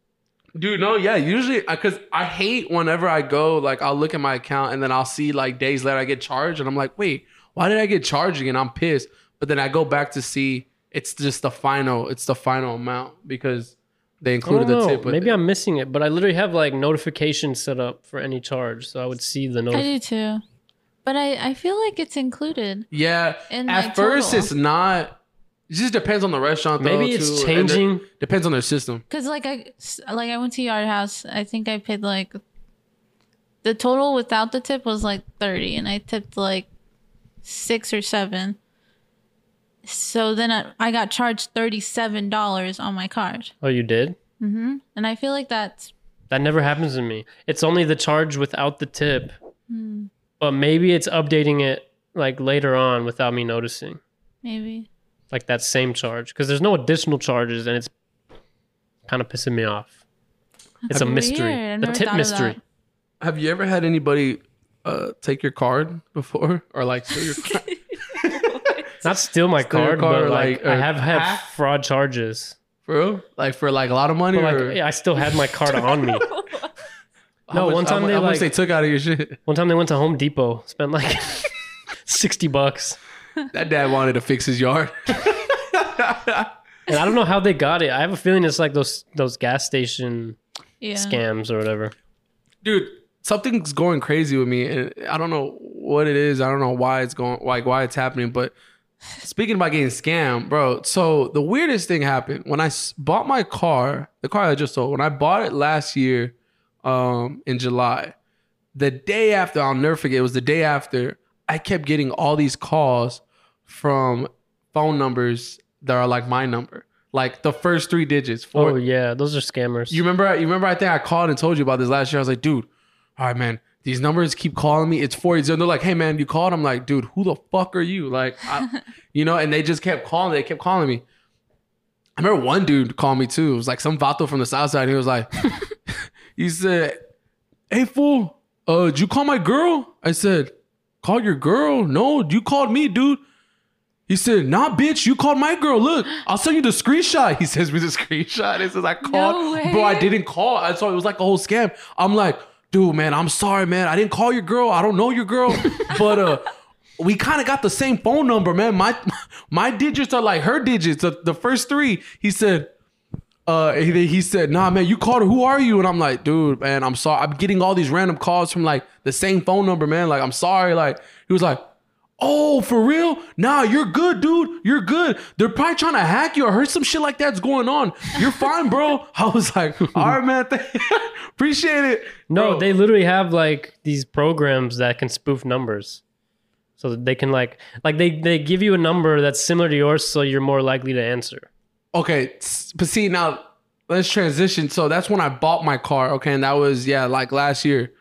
[SPEAKER 1] Dude, no, yeah. Usually, because I hate whenever I go, like, I'll look at my account and then I'll see, like, days later I get charged and I'm like, wait, why did I get charged again? I'm pissed. But then I go back to see it's just the final, it's the final amount because they
[SPEAKER 2] I don't
[SPEAKER 1] included the
[SPEAKER 2] know.
[SPEAKER 1] tip. with
[SPEAKER 2] Maybe
[SPEAKER 1] it.
[SPEAKER 2] I'm missing it, but I literally have like notifications set up for any charge, so I would see the
[SPEAKER 3] I
[SPEAKER 2] notification.
[SPEAKER 3] do too. But I, I feel like it's included.
[SPEAKER 1] Yeah.
[SPEAKER 3] in
[SPEAKER 1] At
[SPEAKER 3] my
[SPEAKER 1] first,
[SPEAKER 3] total.
[SPEAKER 1] it's not. It just depends on the restaurant.
[SPEAKER 2] Maybe
[SPEAKER 1] though,
[SPEAKER 2] it's
[SPEAKER 1] too, and
[SPEAKER 2] changing.
[SPEAKER 1] it Depends on their system.
[SPEAKER 3] Cause like I like I went to Yard House. I think I paid like the total without the tip was like thirty, and I tipped like six or seven. So then I, I got charged thirty seven dollars on my card,
[SPEAKER 2] Oh, you did?
[SPEAKER 3] hmm and I feel like that's
[SPEAKER 2] That never happens to me. It's only the charge without the tip.
[SPEAKER 3] Hmm.
[SPEAKER 2] But maybe it's updating it like later on without me noticing.
[SPEAKER 3] maybe
[SPEAKER 2] Like that same charge. Because there's no additional charges and it's kind of pissing me off. It's a
[SPEAKER 3] Weird.
[SPEAKER 2] mystery.
[SPEAKER 3] I've
[SPEAKER 2] The
[SPEAKER 3] never
[SPEAKER 2] tip
[SPEAKER 3] thought of
[SPEAKER 2] mystery.
[SPEAKER 3] that.
[SPEAKER 1] Have you ever had anybody uh, take your card before, or like steal your card?
[SPEAKER 2] Not steal my
[SPEAKER 1] Steal your
[SPEAKER 2] card,
[SPEAKER 1] card
[SPEAKER 2] but
[SPEAKER 1] or,
[SPEAKER 2] like,
[SPEAKER 1] like,
[SPEAKER 2] I
[SPEAKER 1] or
[SPEAKER 2] have had
[SPEAKER 1] hack?
[SPEAKER 2] fraud charges.
[SPEAKER 1] for real? Like for like a lot of money?
[SPEAKER 2] But
[SPEAKER 1] or
[SPEAKER 2] like I still had my card on me.
[SPEAKER 1] How
[SPEAKER 2] no,
[SPEAKER 1] much-
[SPEAKER 2] one time
[SPEAKER 1] how, mu-
[SPEAKER 2] they,
[SPEAKER 1] how much
[SPEAKER 2] like-
[SPEAKER 1] they took out of your shit.
[SPEAKER 2] One time they went to Home Depot, spent like 60 bucks.
[SPEAKER 1] That dad wanted to fix his yard.
[SPEAKER 2] And I don't know how they got it. I have a feeling it's like those those gas station
[SPEAKER 3] Yeah.
[SPEAKER 2] scams or whatever.
[SPEAKER 1] dude something's going crazy with me and i don't know what it is i don't know why it's going like why it's happening but speaking about getting scammed bro so the weirdest thing happened when i s- bought my car the car i just sold when i bought it last year um in july the day after i'll never forget it was the day after i kept getting all these calls from phone numbers that are like my number like the first three digits four
[SPEAKER 2] Oh yeah, those are scammers.
[SPEAKER 1] you remember? You remember? I think I called and told you about this last year. I was like, dude, all right, man. These numbers keep calling me. It's forty zero. They're like, hey, man, you called. I'm like, dude, who the fuck are you? Like, I, you know. And they just kept calling. They kept calling me. I remember one dude called me too. It was like some vato from the south side. He was like, he said, hey fool, uh, did you call my girl? I said, call your girl? No, you called me, dude. He said, nah, bitch, you called my girl. Look, I'll send you the screenshot. He says me the screenshot. He says, I called.
[SPEAKER 3] way.
[SPEAKER 1] Bro, I didn't call. I saw it was like a whole scam. I'm like, dude, man, I'm sorry, man. I didn't call your girl. I don't know your girl. but uh we kind of got the same phone number, man. My my digits are like her digits, the, the first three. He said, uh, he, then he said, "Nah, man, you called her. Who are you?" And I'm like, "Dude, man, I'm sorry. I'm getting all these random calls from like the same phone number, man. Like, I'm sorry." Like, he was like, "Oh, for real? Nah, you're good, dude. You're good. They're probably trying to hack you. I heard some shit like that's going on. You're fine, bro." I was like, "All right, man. Thank- Appreciate it."
[SPEAKER 2] no,
[SPEAKER 1] Bro,
[SPEAKER 2] they literally have like these programs that can spoof numbers. So that they can like like they they give you a number that's similar to yours so you're more likely to answer.
[SPEAKER 1] okay s- but see now let's transition so that's when i bought my car okay and that was yeah like last year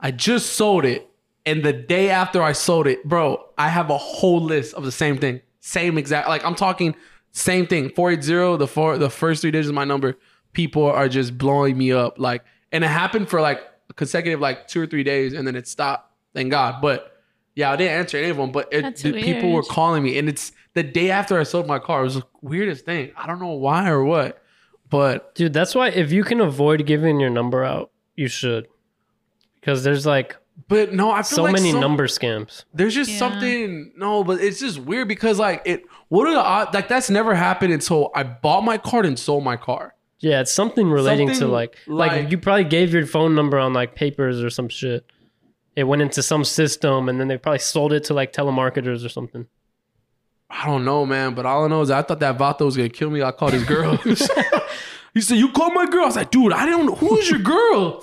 [SPEAKER 1] i just sold it and the day after i sold it bro i have a whole list of the same thing same exact like i'm talking same thing 480 the four the first three digits of my number people are just blowing me up like and it happened for like consecutive like two or three days and then it stopped thank god but yeah i didn't answer any of them but it,
[SPEAKER 3] That's
[SPEAKER 1] the people were
[SPEAKER 3] weird.
[SPEAKER 1] calling me and it's the day after i sold my car it was the weirdest thing i don't know why or what but
[SPEAKER 2] Dude, that's why if you can avoid giving your number out, you should. Because there's like
[SPEAKER 1] but no i feel
[SPEAKER 2] so
[SPEAKER 1] like
[SPEAKER 2] many
[SPEAKER 1] some-
[SPEAKER 2] number scams.
[SPEAKER 1] there's just
[SPEAKER 3] Yeah.
[SPEAKER 1] something no but it's just weird because like it what are the odd like that's never happened until i bought my car and sold my car
[SPEAKER 2] Yeah, it's something relating to
[SPEAKER 1] Something
[SPEAKER 2] like, like
[SPEAKER 1] like-
[SPEAKER 2] you probably gave your phone number on like papers or some shit. It went into some system and then they probably sold it to like telemarketers or something.
[SPEAKER 1] I don't know, man, but all I know is I thought that Vato was gonna kill me. I called his girl. he said, You called my girl. I was like, dude, I don't know who's your girl.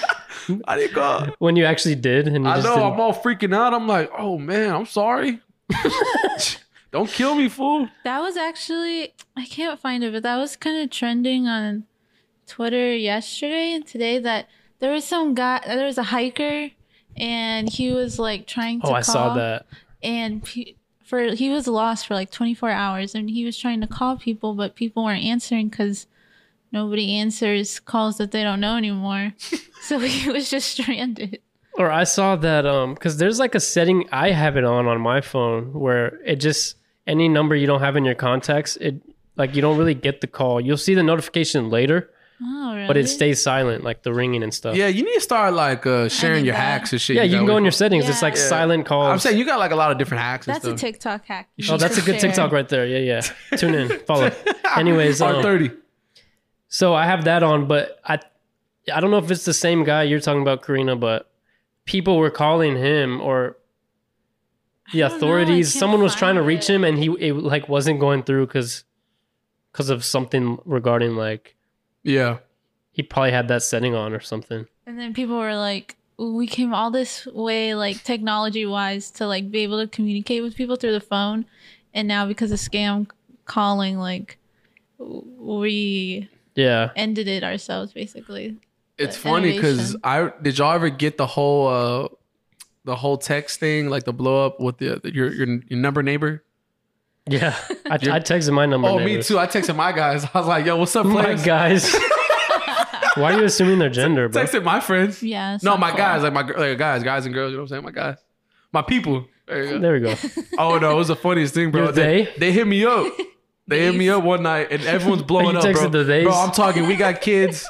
[SPEAKER 1] I didn't call.
[SPEAKER 2] When you actually did and you
[SPEAKER 1] I
[SPEAKER 2] just
[SPEAKER 1] know,
[SPEAKER 2] didn't-
[SPEAKER 1] I'm all freaking out. I'm like, oh man, I'm sorry. don't kill me, fool.
[SPEAKER 3] That was actually I can't find it, but that was kind of trending on Twitter yesterday and today that there was some guy there was a hiker and he was like trying to
[SPEAKER 2] Oh, I
[SPEAKER 3] call
[SPEAKER 2] saw that.
[SPEAKER 3] and pe- for he was lost for like 24 hours and he was trying to call people but people weren't answering cuz nobody answers calls that they don't know anymore. so he was just stranded.
[SPEAKER 2] Or I saw that um cuz there's like a setting I have it on on my phone where it just any number you don't have in your contacts, it like you don't really get the call. You'll see the notification later,
[SPEAKER 3] Oh, really?
[SPEAKER 2] but it stays silent, like the ringing and stuff.
[SPEAKER 1] Yeah, you need to start like uh, sharing
[SPEAKER 3] need
[SPEAKER 1] your
[SPEAKER 3] that.
[SPEAKER 1] hacks and shit.
[SPEAKER 2] yeah. You
[SPEAKER 1] got
[SPEAKER 2] can go
[SPEAKER 1] with-
[SPEAKER 2] in your settings. It's like
[SPEAKER 1] Yeah.
[SPEAKER 2] silent calls.
[SPEAKER 1] I'm saying you got like a lot of different hacks.
[SPEAKER 3] That's a
[SPEAKER 1] and stuff.
[SPEAKER 3] TikTok hack. You
[SPEAKER 2] oh,
[SPEAKER 3] should
[SPEAKER 2] that's a
[SPEAKER 3] just
[SPEAKER 2] good
[SPEAKER 3] share.
[SPEAKER 2] TikTok right there. Yeah, yeah. Tune in, follow. Anyways, um,
[SPEAKER 1] R thirty.
[SPEAKER 2] So I have that on, but I I don't know if it's the same guy you're talking about, Karina, but people were calling him or the
[SPEAKER 3] I don't know, I
[SPEAKER 2] authorities.
[SPEAKER 3] can't
[SPEAKER 2] Someone was trying to
[SPEAKER 3] find
[SPEAKER 2] reach
[SPEAKER 3] it.
[SPEAKER 2] him, and he it like wasn't going through because because of something regarding like
[SPEAKER 1] Yeah.
[SPEAKER 2] he probably had that setting on or something.
[SPEAKER 3] And then people were like, we came all this way, like technology wise, to like be able to communicate with people through the phone. And now because of scam calling, like w- we
[SPEAKER 2] Yeah,
[SPEAKER 3] ended it ourselves basically.
[SPEAKER 1] It's
[SPEAKER 3] Uh,
[SPEAKER 1] funny because
[SPEAKER 3] innovation.
[SPEAKER 1] I did y'all ever get the whole uh the whole text thing like the blow up with the your your, your number neighbor.
[SPEAKER 2] yeah. I, I
[SPEAKER 1] You're-
[SPEAKER 2] texted my number.
[SPEAKER 1] Oh, me
[SPEAKER 2] neighbors.
[SPEAKER 1] too. I texted my guys. I was like, "Yo, what's up,
[SPEAKER 2] My
[SPEAKER 1] players?"
[SPEAKER 2] guys, why are you assuming their gender, bro?
[SPEAKER 1] Texted my friends.
[SPEAKER 3] Yeah. it's
[SPEAKER 1] No,
[SPEAKER 3] not
[SPEAKER 1] my
[SPEAKER 3] cool.
[SPEAKER 1] guys, like my gir- like guys, guys and girls. You know what I'm saying? My guys, my people. There you go.
[SPEAKER 2] There we go.
[SPEAKER 1] Oh no, it was the funniest thing, bro.
[SPEAKER 2] Your
[SPEAKER 1] They,
[SPEAKER 2] they?
[SPEAKER 1] they hit me up. They hit me
[SPEAKER 3] These.
[SPEAKER 1] up one night, and everyone's blowing
[SPEAKER 2] You
[SPEAKER 1] up, bro.
[SPEAKER 2] texted the theys?
[SPEAKER 1] Bro, I'm talking. We got kids.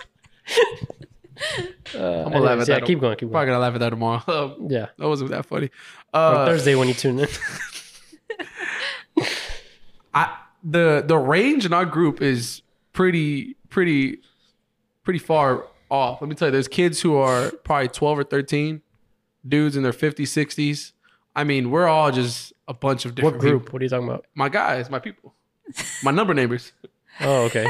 [SPEAKER 2] Uh, I'm
[SPEAKER 1] gonna laugh at
[SPEAKER 2] yeah,
[SPEAKER 1] that.
[SPEAKER 2] keep going, keep
[SPEAKER 1] Probably
[SPEAKER 2] going.
[SPEAKER 1] gonna laugh at that tomorrow. Um,
[SPEAKER 2] Yeah,
[SPEAKER 1] that wasn't that funny.
[SPEAKER 2] Or
[SPEAKER 1] Uh,
[SPEAKER 2] Thursday when you tune in.
[SPEAKER 1] I the the range in our group is pretty pretty pretty far off. Let me tell you, there's kids who are probably 12 or 13, dudes in their 50s, 60s. I mean, we're all just a bunch of different
[SPEAKER 2] what group?
[SPEAKER 1] people.
[SPEAKER 2] What are you talking about?
[SPEAKER 1] My guys, my people, my number neighbors.
[SPEAKER 2] Oh, okay.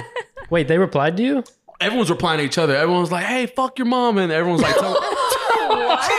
[SPEAKER 2] Wait, they replied to you?
[SPEAKER 1] Everyone's replying to each other. Everyone's like, "Hey, fuck your mom," and everyone's like, tell-
[SPEAKER 3] what?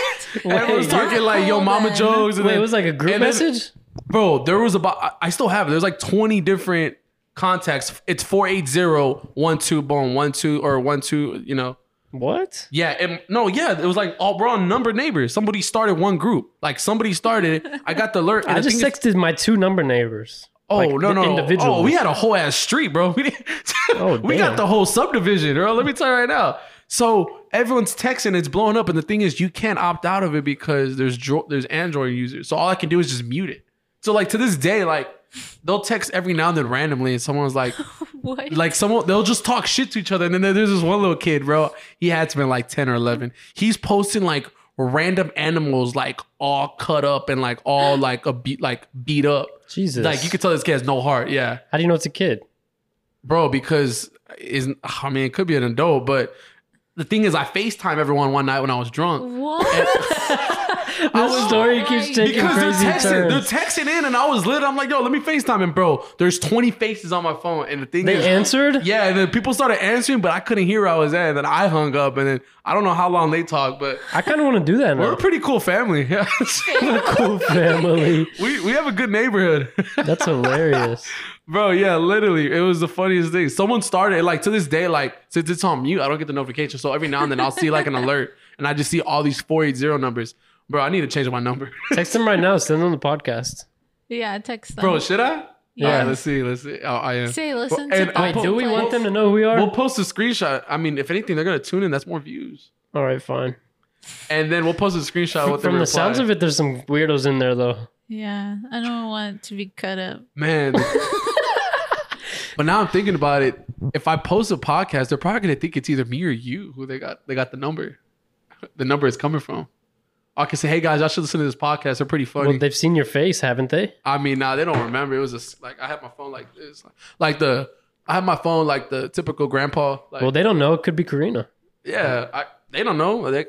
[SPEAKER 1] everyone's
[SPEAKER 2] Wait,
[SPEAKER 1] talking like, "Yo,
[SPEAKER 3] cool
[SPEAKER 1] mama
[SPEAKER 3] then."
[SPEAKER 1] jokes." And
[SPEAKER 2] wait,
[SPEAKER 1] then-
[SPEAKER 2] it was like a group
[SPEAKER 1] and then-
[SPEAKER 2] message?
[SPEAKER 1] bro there was about I- i still have it there's like 20 different contacts it's 48012 boom 12 or 12 you know
[SPEAKER 2] What?
[SPEAKER 1] yeah and no yeah it was like all we're on number neighbors somebody started one group like somebody started it i got the alert and
[SPEAKER 2] I
[SPEAKER 1] the
[SPEAKER 2] just
[SPEAKER 1] thing is-
[SPEAKER 2] texted my two number neighbors.
[SPEAKER 1] oh
[SPEAKER 2] like,
[SPEAKER 1] no
[SPEAKER 2] the
[SPEAKER 1] no
[SPEAKER 2] individuals.
[SPEAKER 1] oh we had a whole ass street bro we, didn't-
[SPEAKER 2] Oh,
[SPEAKER 1] we
[SPEAKER 2] damn.
[SPEAKER 1] got the whole subdivision bro let me tell you right now so everyone's texting it's blowing up and the thing is you can't opt out of it because there's dro- there's android users so all i can do is just mute it so like to this day like they'll text every now and then randomly and someone's like
[SPEAKER 3] What?
[SPEAKER 1] like someone they'll just talk shit to each other and then there's this one little kid bro he had to been like 10 or 11 he's posting like random animals like all cut up and like all like a beat like beat up
[SPEAKER 2] Jesus.
[SPEAKER 1] like you could tell this kid has no heart yeah
[SPEAKER 2] How do you know it's a kid?
[SPEAKER 1] bro because is i mean it could be an adult but the thing is i facetime everyone one night when i was drunk
[SPEAKER 3] what?
[SPEAKER 2] This story
[SPEAKER 3] my
[SPEAKER 2] keeps taking
[SPEAKER 1] because they're
[SPEAKER 2] crazy
[SPEAKER 1] texting, they're
[SPEAKER 2] turns.
[SPEAKER 1] texting in, and I was lit. I'm like, yo, let me Facetime, and bro, there's 20 faces on my phone, and the thing
[SPEAKER 2] They
[SPEAKER 1] is,
[SPEAKER 2] answered?
[SPEAKER 1] yeah, and then people started answering, but I couldn't hear where I was at. And then I hung up, and then I don't know how long they talked, but
[SPEAKER 2] I kind of want to do that
[SPEAKER 1] we're a
[SPEAKER 2] now.
[SPEAKER 1] pretty cool family. Yeah.
[SPEAKER 2] cool family.
[SPEAKER 1] we we have a good neighborhood,
[SPEAKER 2] That's hilarious.
[SPEAKER 1] bro. Yeah, literally, it was the funniest thing. Someone started like to this day, like since it's on mute, I don't get the notification. So every now and then I'll see like an alert, and I just see all these four eight zero numbers. Bro, I need to change my number.
[SPEAKER 2] Text them right now. Send them the podcast.
[SPEAKER 3] yeah, text them.
[SPEAKER 1] Bro, should I?
[SPEAKER 3] Yeah.
[SPEAKER 1] All right, let's see. Let's see. Oh, I am.
[SPEAKER 3] Say, listen
[SPEAKER 1] and
[SPEAKER 3] to
[SPEAKER 1] I'll
[SPEAKER 2] Wait,
[SPEAKER 1] put-
[SPEAKER 3] Bob's
[SPEAKER 2] do we
[SPEAKER 3] Place.
[SPEAKER 2] want them to know who we are?
[SPEAKER 1] We'll post a screenshot. I mean, if anything, they're gonna tune in. That's more views.
[SPEAKER 2] All right, fine.
[SPEAKER 1] And then we'll post a screenshot with
[SPEAKER 2] From the sounds
[SPEAKER 1] it.
[SPEAKER 2] of it, there's some weirdos in there, though.
[SPEAKER 3] Yeah, I don't want to be cut up.
[SPEAKER 1] Man. but now I'm thinking about it. If I post a podcast, they're probably gonna think it's either me or you who they got they got the number. The number is coming from. I can say, hey guys, y'all should listen to this podcast. They're pretty funny.
[SPEAKER 2] Well, they've seen your face, haven't they?
[SPEAKER 1] I mean, nah, they don't remember. It was just like I had my phone like this. Like the I had my phone like the typical grandpa. Like
[SPEAKER 2] Well, they don't know. It could be Karina.
[SPEAKER 1] yeah, I, they don't know. They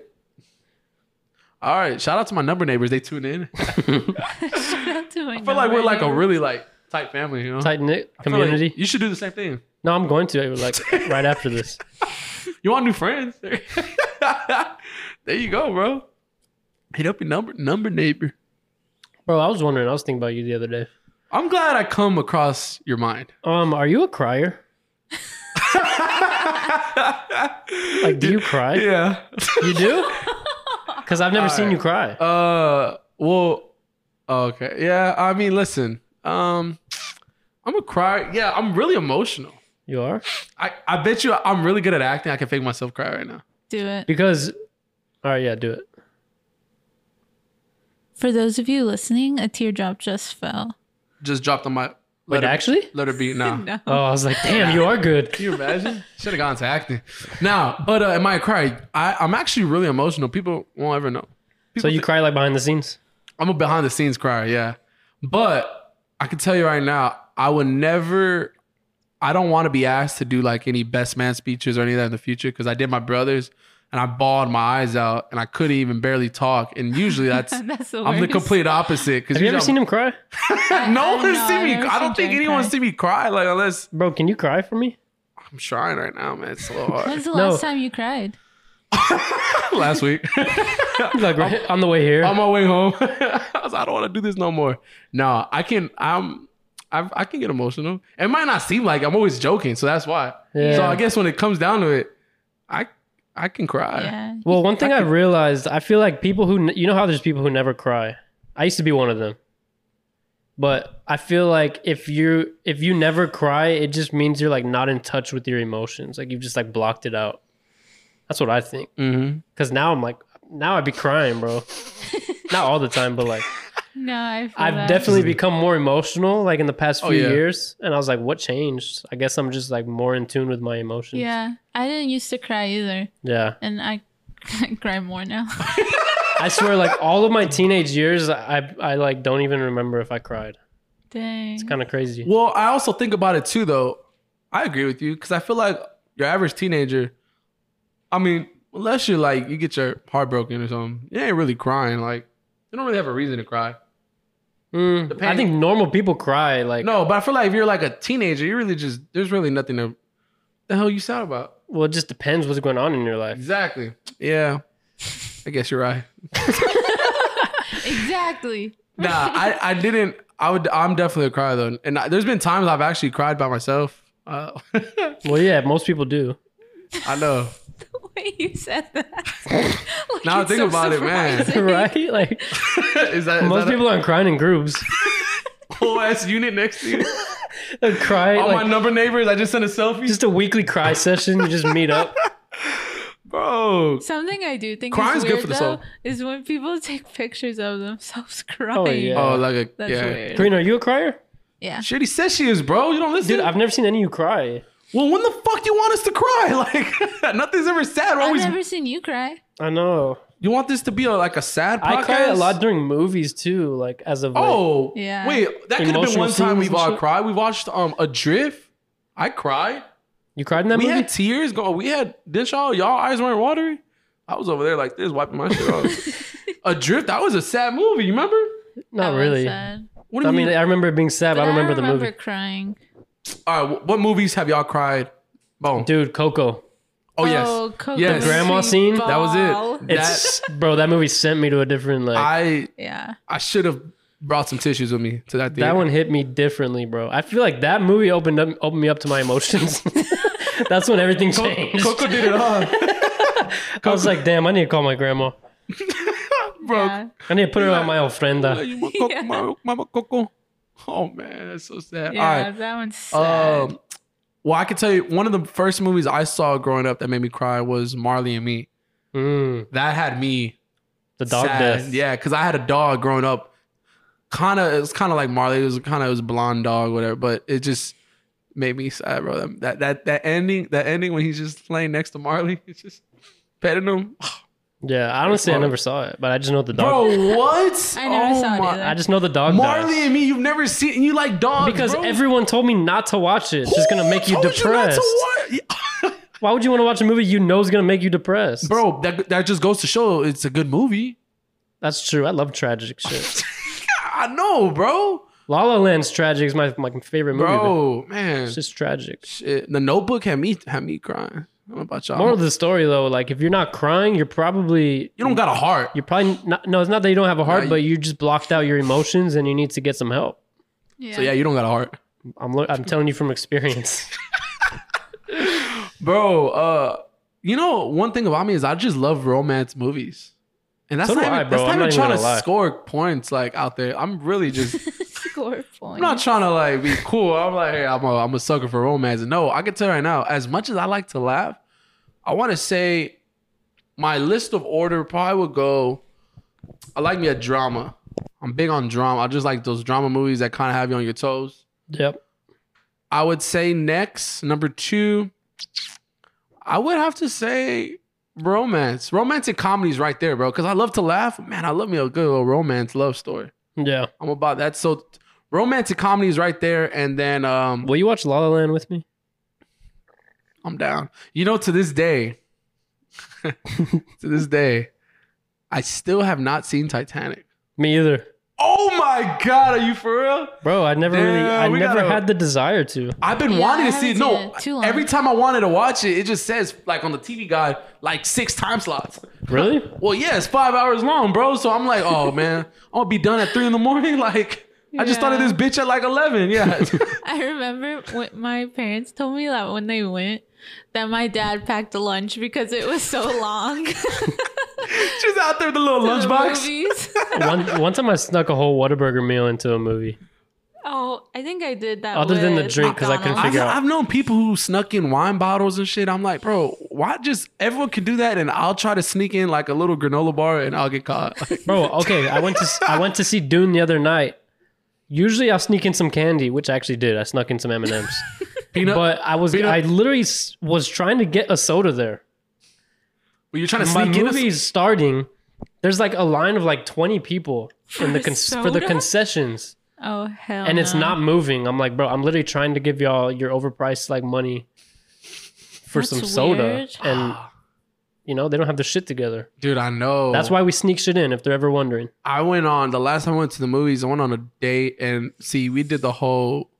[SPEAKER 1] all right, shout out to my number neighbors. They tune in. I
[SPEAKER 3] Shout out to my
[SPEAKER 1] feel like we're
[SPEAKER 3] number
[SPEAKER 1] like a
[SPEAKER 3] here.
[SPEAKER 1] really like tight family, you know?
[SPEAKER 2] Tight knit
[SPEAKER 1] I feel like
[SPEAKER 2] community.
[SPEAKER 1] you should do the same thing.
[SPEAKER 2] No, I'm going to like right after this.
[SPEAKER 1] You want new friends? there you go, bro. Hit up your number number neighbor.
[SPEAKER 2] Bro, I was wondering, I was thinking about you the other day.
[SPEAKER 1] I'm glad I come across your mind.
[SPEAKER 2] Um, are you a crier? Like, do you cry?
[SPEAKER 1] yeah.
[SPEAKER 2] You do? Because I've never seen you cry.
[SPEAKER 1] Uh. Well. Okay. Yeah. I mean, listen. Um. I'm a cry. Yeah. I'm really emotional.
[SPEAKER 2] You are?
[SPEAKER 1] I, I bet you I'm really good at acting. I can fake myself cry right now.
[SPEAKER 3] do it.
[SPEAKER 2] Because, all right, yeah, do it.
[SPEAKER 3] For those of you listening, a teardrop just fell.
[SPEAKER 1] Just dropped on my
[SPEAKER 2] Wait,
[SPEAKER 1] her-
[SPEAKER 2] actually?
[SPEAKER 1] let her be now.
[SPEAKER 3] No.
[SPEAKER 2] Oh, I was like, damn, you are good.
[SPEAKER 1] Can you imagine? Should have gone to acting. Now, but uh, am I a cry? I, I'm actually really emotional. People won't ever know.
[SPEAKER 2] So
[SPEAKER 1] People
[SPEAKER 2] you cry like behind the scenes.
[SPEAKER 1] I'm a behind the scenes crier, yeah. But I can tell you right now, I would never. I don't want to be asked to do like any best man speeches or any of that in the future because I did my brothers and I bawled my eyes out and I couldn't even barely talk. And usually that's
[SPEAKER 3] That's the
[SPEAKER 1] I'm the
[SPEAKER 3] worst.
[SPEAKER 1] complete opposite. Because
[SPEAKER 2] Have you ever seen him cry,
[SPEAKER 1] No one's
[SPEAKER 3] No,
[SPEAKER 1] seen
[SPEAKER 3] I've
[SPEAKER 1] me.
[SPEAKER 3] never
[SPEAKER 1] I don't
[SPEAKER 3] seen
[SPEAKER 1] think
[SPEAKER 3] Jared
[SPEAKER 1] anyone's
[SPEAKER 3] cry.
[SPEAKER 1] seen me cry. Like unless
[SPEAKER 2] bro? Can you cry for me?
[SPEAKER 1] I'm trying right now, man. It's so hard.
[SPEAKER 3] When's the
[SPEAKER 2] No.
[SPEAKER 3] last time you cried?
[SPEAKER 1] Last week.
[SPEAKER 2] Like right on the way here.
[SPEAKER 1] on my way home. I was like, I don't want to do this no more. No, I can. I'm. I, I can get emotional. It might not seem like I'm always joking, so that's why.
[SPEAKER 2] Yeah.
[SPEAKER 1] So I guess when it comes down to it, I I can cry.
[SPEAKER 3] Yeah.
[SPEAKER 2] Well, one thing I realized, I feel like people who, you know how there's people who never cry. I used to be one of them. But I feel like if you if you never cry, it just means you're like not in touch with your emotions. Like you've just like blocked it out. That's what I think.
[SPEAKER 1] Mm-hmm.
[SPEAKER 2] Cause now I'm like, now I'd be crying, bro. not all the time, but like
[SPEAKER 3] No, I feel
[SPEAKER 2] I've
[SPEAKER 3] that.
[SPEAKER 2] definitely become more emotional like in the past few
[SPEAKER 1] Oh, yeah.
[SPEAKER 2] years. And I was like, what changed? I guess I'm just like more in tune with my emotions.
[SPEAKER 3] Yeah. I didn't used to cry either.
[SPEAKER 2] Yeah.
[SPEAKER 3] And I cry more now.
[SPEAKER 2] I swear, like all of my teenage years, I I like don't even remember if I cried.
[SPEAKER 3] Dang.
[SPEAKER 2] It's kind of crazy.
[SPEAKER 1] Well, I also think about it too, though. I agree with you because I feel like your average teenager. I mean, unless you're like you get your heart broken or something, you ain't really crying. Like you don't really have a reason to cry.
[SPEAKER 2] Mm, I
[SPEAKER 1] Depending-
[SPEAKER 2] think normal people cry. Like,
[SPEAKER 1] No, but I feel like if you're like a teenager, you really just there's really nothing to. The hell you sad about?
[SPEAKER 2] well, it just depends what's going on in your life.
[SPEAKER 1] Exactly. Yeah. I guess you're right.
[SPEAKER 3] exactly.
[SPEAKER 1] Nah, I, I didn't. I would. I'm definitely a crier though, and I, there's been times I've actually cried by myself. Uh,
[SPEAKER 2] Well, yeah, most people do.
[SPEAKER 1] I know.
[SPEAKER 3] Wait, you said that. Like,
[SPEAKER 1] Now I
[SPEAKER 3] it's
[SPEAKER 1] think about it, man.
[SPEAKER 3] surprising.
[SPEAKER 2] right? Like
[SPEAKER 1] is that is
[SPEAKER 2] most
[SPEAKER 1] that
[SPEAKER 2] people aren't crying in groups.
[SPEAKER 1] a whole ass unit next to you?
[SPEAKER 2] They cry
[SPEAKER 1] All
[SPEAKER 2] like
[SPEAKER 1] my number neighbors. I just sent a selfie,
[SPEAKER 2] just a weekly cry session. You just meet up.
[SPEAKER 1] bro.
[SPEAKER 3] Something I do think
[SPEAKER 1] Crying's
[SPEAKER 3] is
[SPEAKER 1] good
[SPEAKER 3] weird
[SPEAKER 1] for the
[SPEAKER 3] though
[SPEAKER 1] soul.
[SPEAKER 3] is when people take pictures of themselves crying.
[SPEAKER 2] yeah.
[SPEAKER 1] Oh, like a
[SPEAKER 3] That's
[SPEAKER 1] yeah.
[SPEAKER 3] weird.
[SPEAKER 2] Karina, are you a crier?
[SPEAKER 3] Yeah.
[SPEAKER 1] Shitty says she is, bro. You don't listen.
[SPEAKER 2] Dude, I've never seen any of you cry.
[SPEAKER 1] well, when the fuck you want us to cry? Like nothing's ever sad. We're
[SPEAKER 3] I've
[SPEAKER 1] always.
[SPEAKER 3] never seen you cry.
[SPEAKER 2] I know.
[SPEAKER 1] You want this to be a, like a sad podcast?
[SPEAKER 2] I cry a lot during movies too. Like as of late.
[SPEAKER 1] Oh,
[SPEAKER 3] Yeah.
[SPEAKER 1] Wait, that could have been
[SPEAKER 2] Emotional
[SPEAKER 1] one time
[SPEAKER 2] scenes
[SPEAKER 1] we've
[SPEAKER 2] and
[SPEAKER 1] all
[SPEAKER 2] shit.
[SPEAKER 1] cried. We watched um Adrift. I cried.
[SPEAKER 2] you cried in that
[SPEAKER 1] we
[SPEAKER 2] movie.
[SPEAKER 1] had tears going. We had didn't y'all y'all eyes weren't watery. I was over there like this, wiping my shit off. Adrift. That was a sad movie. You remember?
[SPEAKER 3] That
[SPEAKER 2] Not
[SPEAKER 3] was
[SPEAKER 2] really. I
[SPEAKER 3] sad.
[SPEAKER 1] What do you
[SPEAKER 2] mean,
[SPEAKER 1] mean?
[SPEAKER 2] I remember it being sad. But
[SPEAKER 3] But
[SPEAKER 2] I remember,
[SPEAKER 3] remember
[SPEAKER 2] the movie.
[SPEAKER 3] crying.
[SPEAKER 1] All right. wh- What movies have y'all cried? Boom.
[SPEAKER 2] Dude, Coco.
[SPEAKER 1] Oh yes.
[SPEAKER 3] Coco
[SPEAKER 1] Yes.
[SPEAKER 3] and
[SPEAKER 2] Grandma
[SPEAKER 3] Sweet
[SPEAKER 2] scene?
[SPEAKER 1] That was
[SPEAKER 3] Ball.
[SPEAKER 1] it. That
[SPEAKER 2] It's bro, that movie sent me to a different like
[SPEAKER 1] I
[SPEAKER 3] Yeah.
[SPEAKER 1] I should have brought some tissues with me to that theater.
[SPEAKER 2] that one hit me differently, bro. I feel like that movie opened up opened me up to my emotions. That's when everything changed.
[SPEAKER 1] Coco did it all,
[SPEAKER 2] I was like, damn, I need to call my grandma.
[SPEAKER 1] bro.
[SPEAKER 3] yeah.
[SPEAKER 2] I need to put her on my ofrenda.
[SPEAKER 1] You want Coco, mama, mama Coco. Oh man, that's so sad. all
[SPEAKER 3] Yeah,
[SPEAKER 1] right.
[SPEAKER 3] that one's sad.
[SPEAKER 1] Um, well, I can tell you one of the first movies I saw growing up that made me cry was Marley and Me.
[SPEAKER 2] Mm,
[SPEAKER 1] That had me
[SPEAKER 2] the dog
[SPEAKER 1] sad.
[SPEAKER 2] death.
[SPEAKER 1] Yeah, because I had a dog growing up. Kind of, it was kind of like Marley. It was kind of it was a blonde dog, whatever. But it just made me sad, bro. That that that ending, that ending when he's just laying next to Marley, it's just petting him.
[SPEAKER 2] Yeah, I honestly I never saw it, but I just know the dog.
[SPEAKER 1] Bro, what? Oh
[SPEAKER 3] I never saw it either.
[SPEAKER 2] I just know the dog
[SPEAKER 1] Marley
[SPEAKER 2] dies.
[SPEAKER 1] and me, you've never seen. And you like dogs
[SPEAKER 2] Because
[SPEAKER 1] bro.
[SPEAKER 2] everyone told me not to watch it. It's just gonna
[SPEAKER 1] Who
[SPEAKER 2] make you
[SPEAKER 1] told not to
[SPEAKER 2] depressed.
[SPEAKER 1] watch-
[SPEAKER 2] Why would you want to watch a movie you know is gonna make you depressed?
[SPEAKER 1] Bro, that that just goes to show it's a good movie.
[SPEAKER 2] That's true. I love tragic shit.
[SPEAKER 1] I know, bro.
[SPEAKER 2] La La Land's tragic is my, my favorite movie. but
[SPEAKER 1] Bro, man.
[SPEAKER 2] It's just tragic.
[SPEAKER 1] Shit. The notebook had me had me crying. I don't know about y'all.
[SPEAKER 2] Moral of the story though, like if you're not crying, you're probably
[SPEAKER 1] you don't got a heart.
[SPEAKER 2] you're probably not no, it's not that you don't have a heart,
[SPEAKER 1] you-
[SPEAKER 2] but you just blocked out your emotions and you need to get some help.
[SPEAKER 3] yeah.
[SPEAKER 1] So yeah, you don't got a heart.
[SPEAKER 2] I'm lo- I'm telling you from experience.
[SPEAKER 1] Bro, uh, you know, one thing about me is I just love romance movies. And that's
[SPEAKER 2] So do
[SPEAKER 1] not even,
[SPEAKER 2] I, bro.
[SPEAKER 1] that's not
[SPEAKER 2] I'm not
[SPEAKER 1] even
[SPEAKER 2] even
[SPEAKER 1] trying
[SPEAKER 2] gonna
[SPEAKER 1] to
[SPEAKER 2] lie.
[SPEAKER 1] score points like out there. I'm really just
[SPEAKER 3] Score point.
[SPEAKER 1] I'm not trying to like be cool. I'm like, hey, I'm a, I'm a sucker for romance. No, I can tell you right now, as much as I like to laugh, I want to say my list of order probably would go. I like me a drama. I'm big on drama. I just like those drama movies that kind of have you on your toes.
[SPEAKER 2] Yep.
[SPEAKER 1] I would say next, number two, I would have to say romance. Romance and comedy's right there, bro. Cause I love to laugh. Man, I love me a good old romance love story.
[SPEAKER 2] Yeah.
[SPEAKER 1] I'm about that. So romance and comedy's right there. And then um
[SPEAKER 2] Will you watch La La Land with me?
[SPEAKER 1] I'm down. You know, to this day, to this day, I still have not seen Titanic.
[SPEAKER 2] Me either,
[SPEAKER 1] Oh my god, are you for real?
[SPEAKER 2] bro. I never really,
[SPEAKER 1] Yeah,
[SPEAKER 2] I
[SPEAKER 1] we
[SPEAKER 2] never
[SPEAKER 1] gotta-
[SPEAKER 2] had the desire to.
[SPEAKER 1] I've been
[SPEAKER 3] Yeah,
[SPEAKER 1] wanting
[SPEAKER 3] I
[SPEAKER 1] to see it.
[SPEAKER 3] haven't seen
[SPEAKER 1] No,
[SPEAKER 3] it. Too long.
[SPEAKER 1] every time I wanted to watch it, it just says like on the TV guide like six time slots.
[SPEAKER 2] Really?
[SPEAKER 1] Well, yeah, it's five hours long, bro. So I'm like, oh man, I'm gonna be done at three in the morning. Like, I just
[SPEAKER 3] Yeah.
[SPEAKER 1] started this bitch at like eleven. Yeah,
[SPEAKER 3] I remember what my parents told me that when they went, that my dad packed a lunch because it was so long.
[SPEAKER 1] she's out there with the little
[SPEAKER 3] The
[SPEAKER 1] lunchbox.
[SPEAKER 3] movies.
[SPEAKER 2] one one time I snuck a whole Whataburger meal into a movie.
[SPEAKER 3] Oh, I think I did that.
[SPEAKER 2] Other than the
[SPEAKER 3] with
[SPEAKER 2] drink, 'cause I couldn't
[SPEAKER 3] McDonald's.
[SPEAKER 1] I've,
[SPEAKER 2] figure out.
[SPEAKER 1] I've known people who snuck in wine bottles and shit. I'm like, bro, why just everyone can do that, and I'll try to sneak in like a little granola bar, and I'll get caught.
[SPEAKER 2] Bro, okay, I went to I went to see Dune the other night. Usually I'll sneak in some candy, which I actually did. I snuck in some M and M's,
[SPEAKER 1] Peanut,
[SPEAKER 2] but I was
[SPEAKER 1] peanut-
[SPEAKER 2] I literally s- was trying to get a soda there.
[SPEAKER 1] Well, you're trying to
[SPEAKER 2] My
[SPEAKER 1] sneak in. a-
[SPEAKER 2] movie's starting. There's like a line of like 20 people in the
[SPEAKER 3] For
[SPEAKER 2] cons- for the
[SPEAKER 3] soda?
[SPEAKER 2] concessions,
[SPEAKER 3] Oh hell!
[SPEAKER 2] and it's
[SPEAKER 3] no.
[SPEAKER 2] not moving. I'm like, bro, I'm literally trying to give y'all your overpriced like money for
[SPEAKER 3] That's
[SPEAKER 2] some soda,
[SPEAKER 3] weird.
[SPEAKER 2] and you know they don't have their shit together.
[SPEAKER 1] Dude, I know.
[SPEAKER 2] That's why we sneak shit in if they're ever wondering.
[SPEAKER 1] I went on the last time I went to the movies. I went on a date, and see, we did the whole.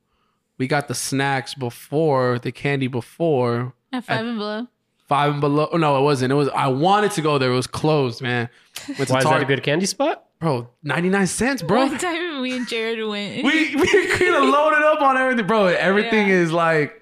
[SPEAKER 1] We got the snacks before the candy before
[SPEAKER 3] At five and below.
[SPEAKER 1] five and below. oh, No, it wasn't. It was. I wanted to go there. It was closed, man. Went to
[SPEAKER 2] Why is that a
[SPEAKER 1] Target,
[SPEAKER 2] good candy spot?
[SPEAKER 1] bro? Ninety nine cents, bro.
[SPEAKER 3] One time we and Jared went.
[SPEAKER 1] we we could have loaded up on everything, bro. Everything
[SPEAKER 3] Yeah.
[SPEAKER 1] is like.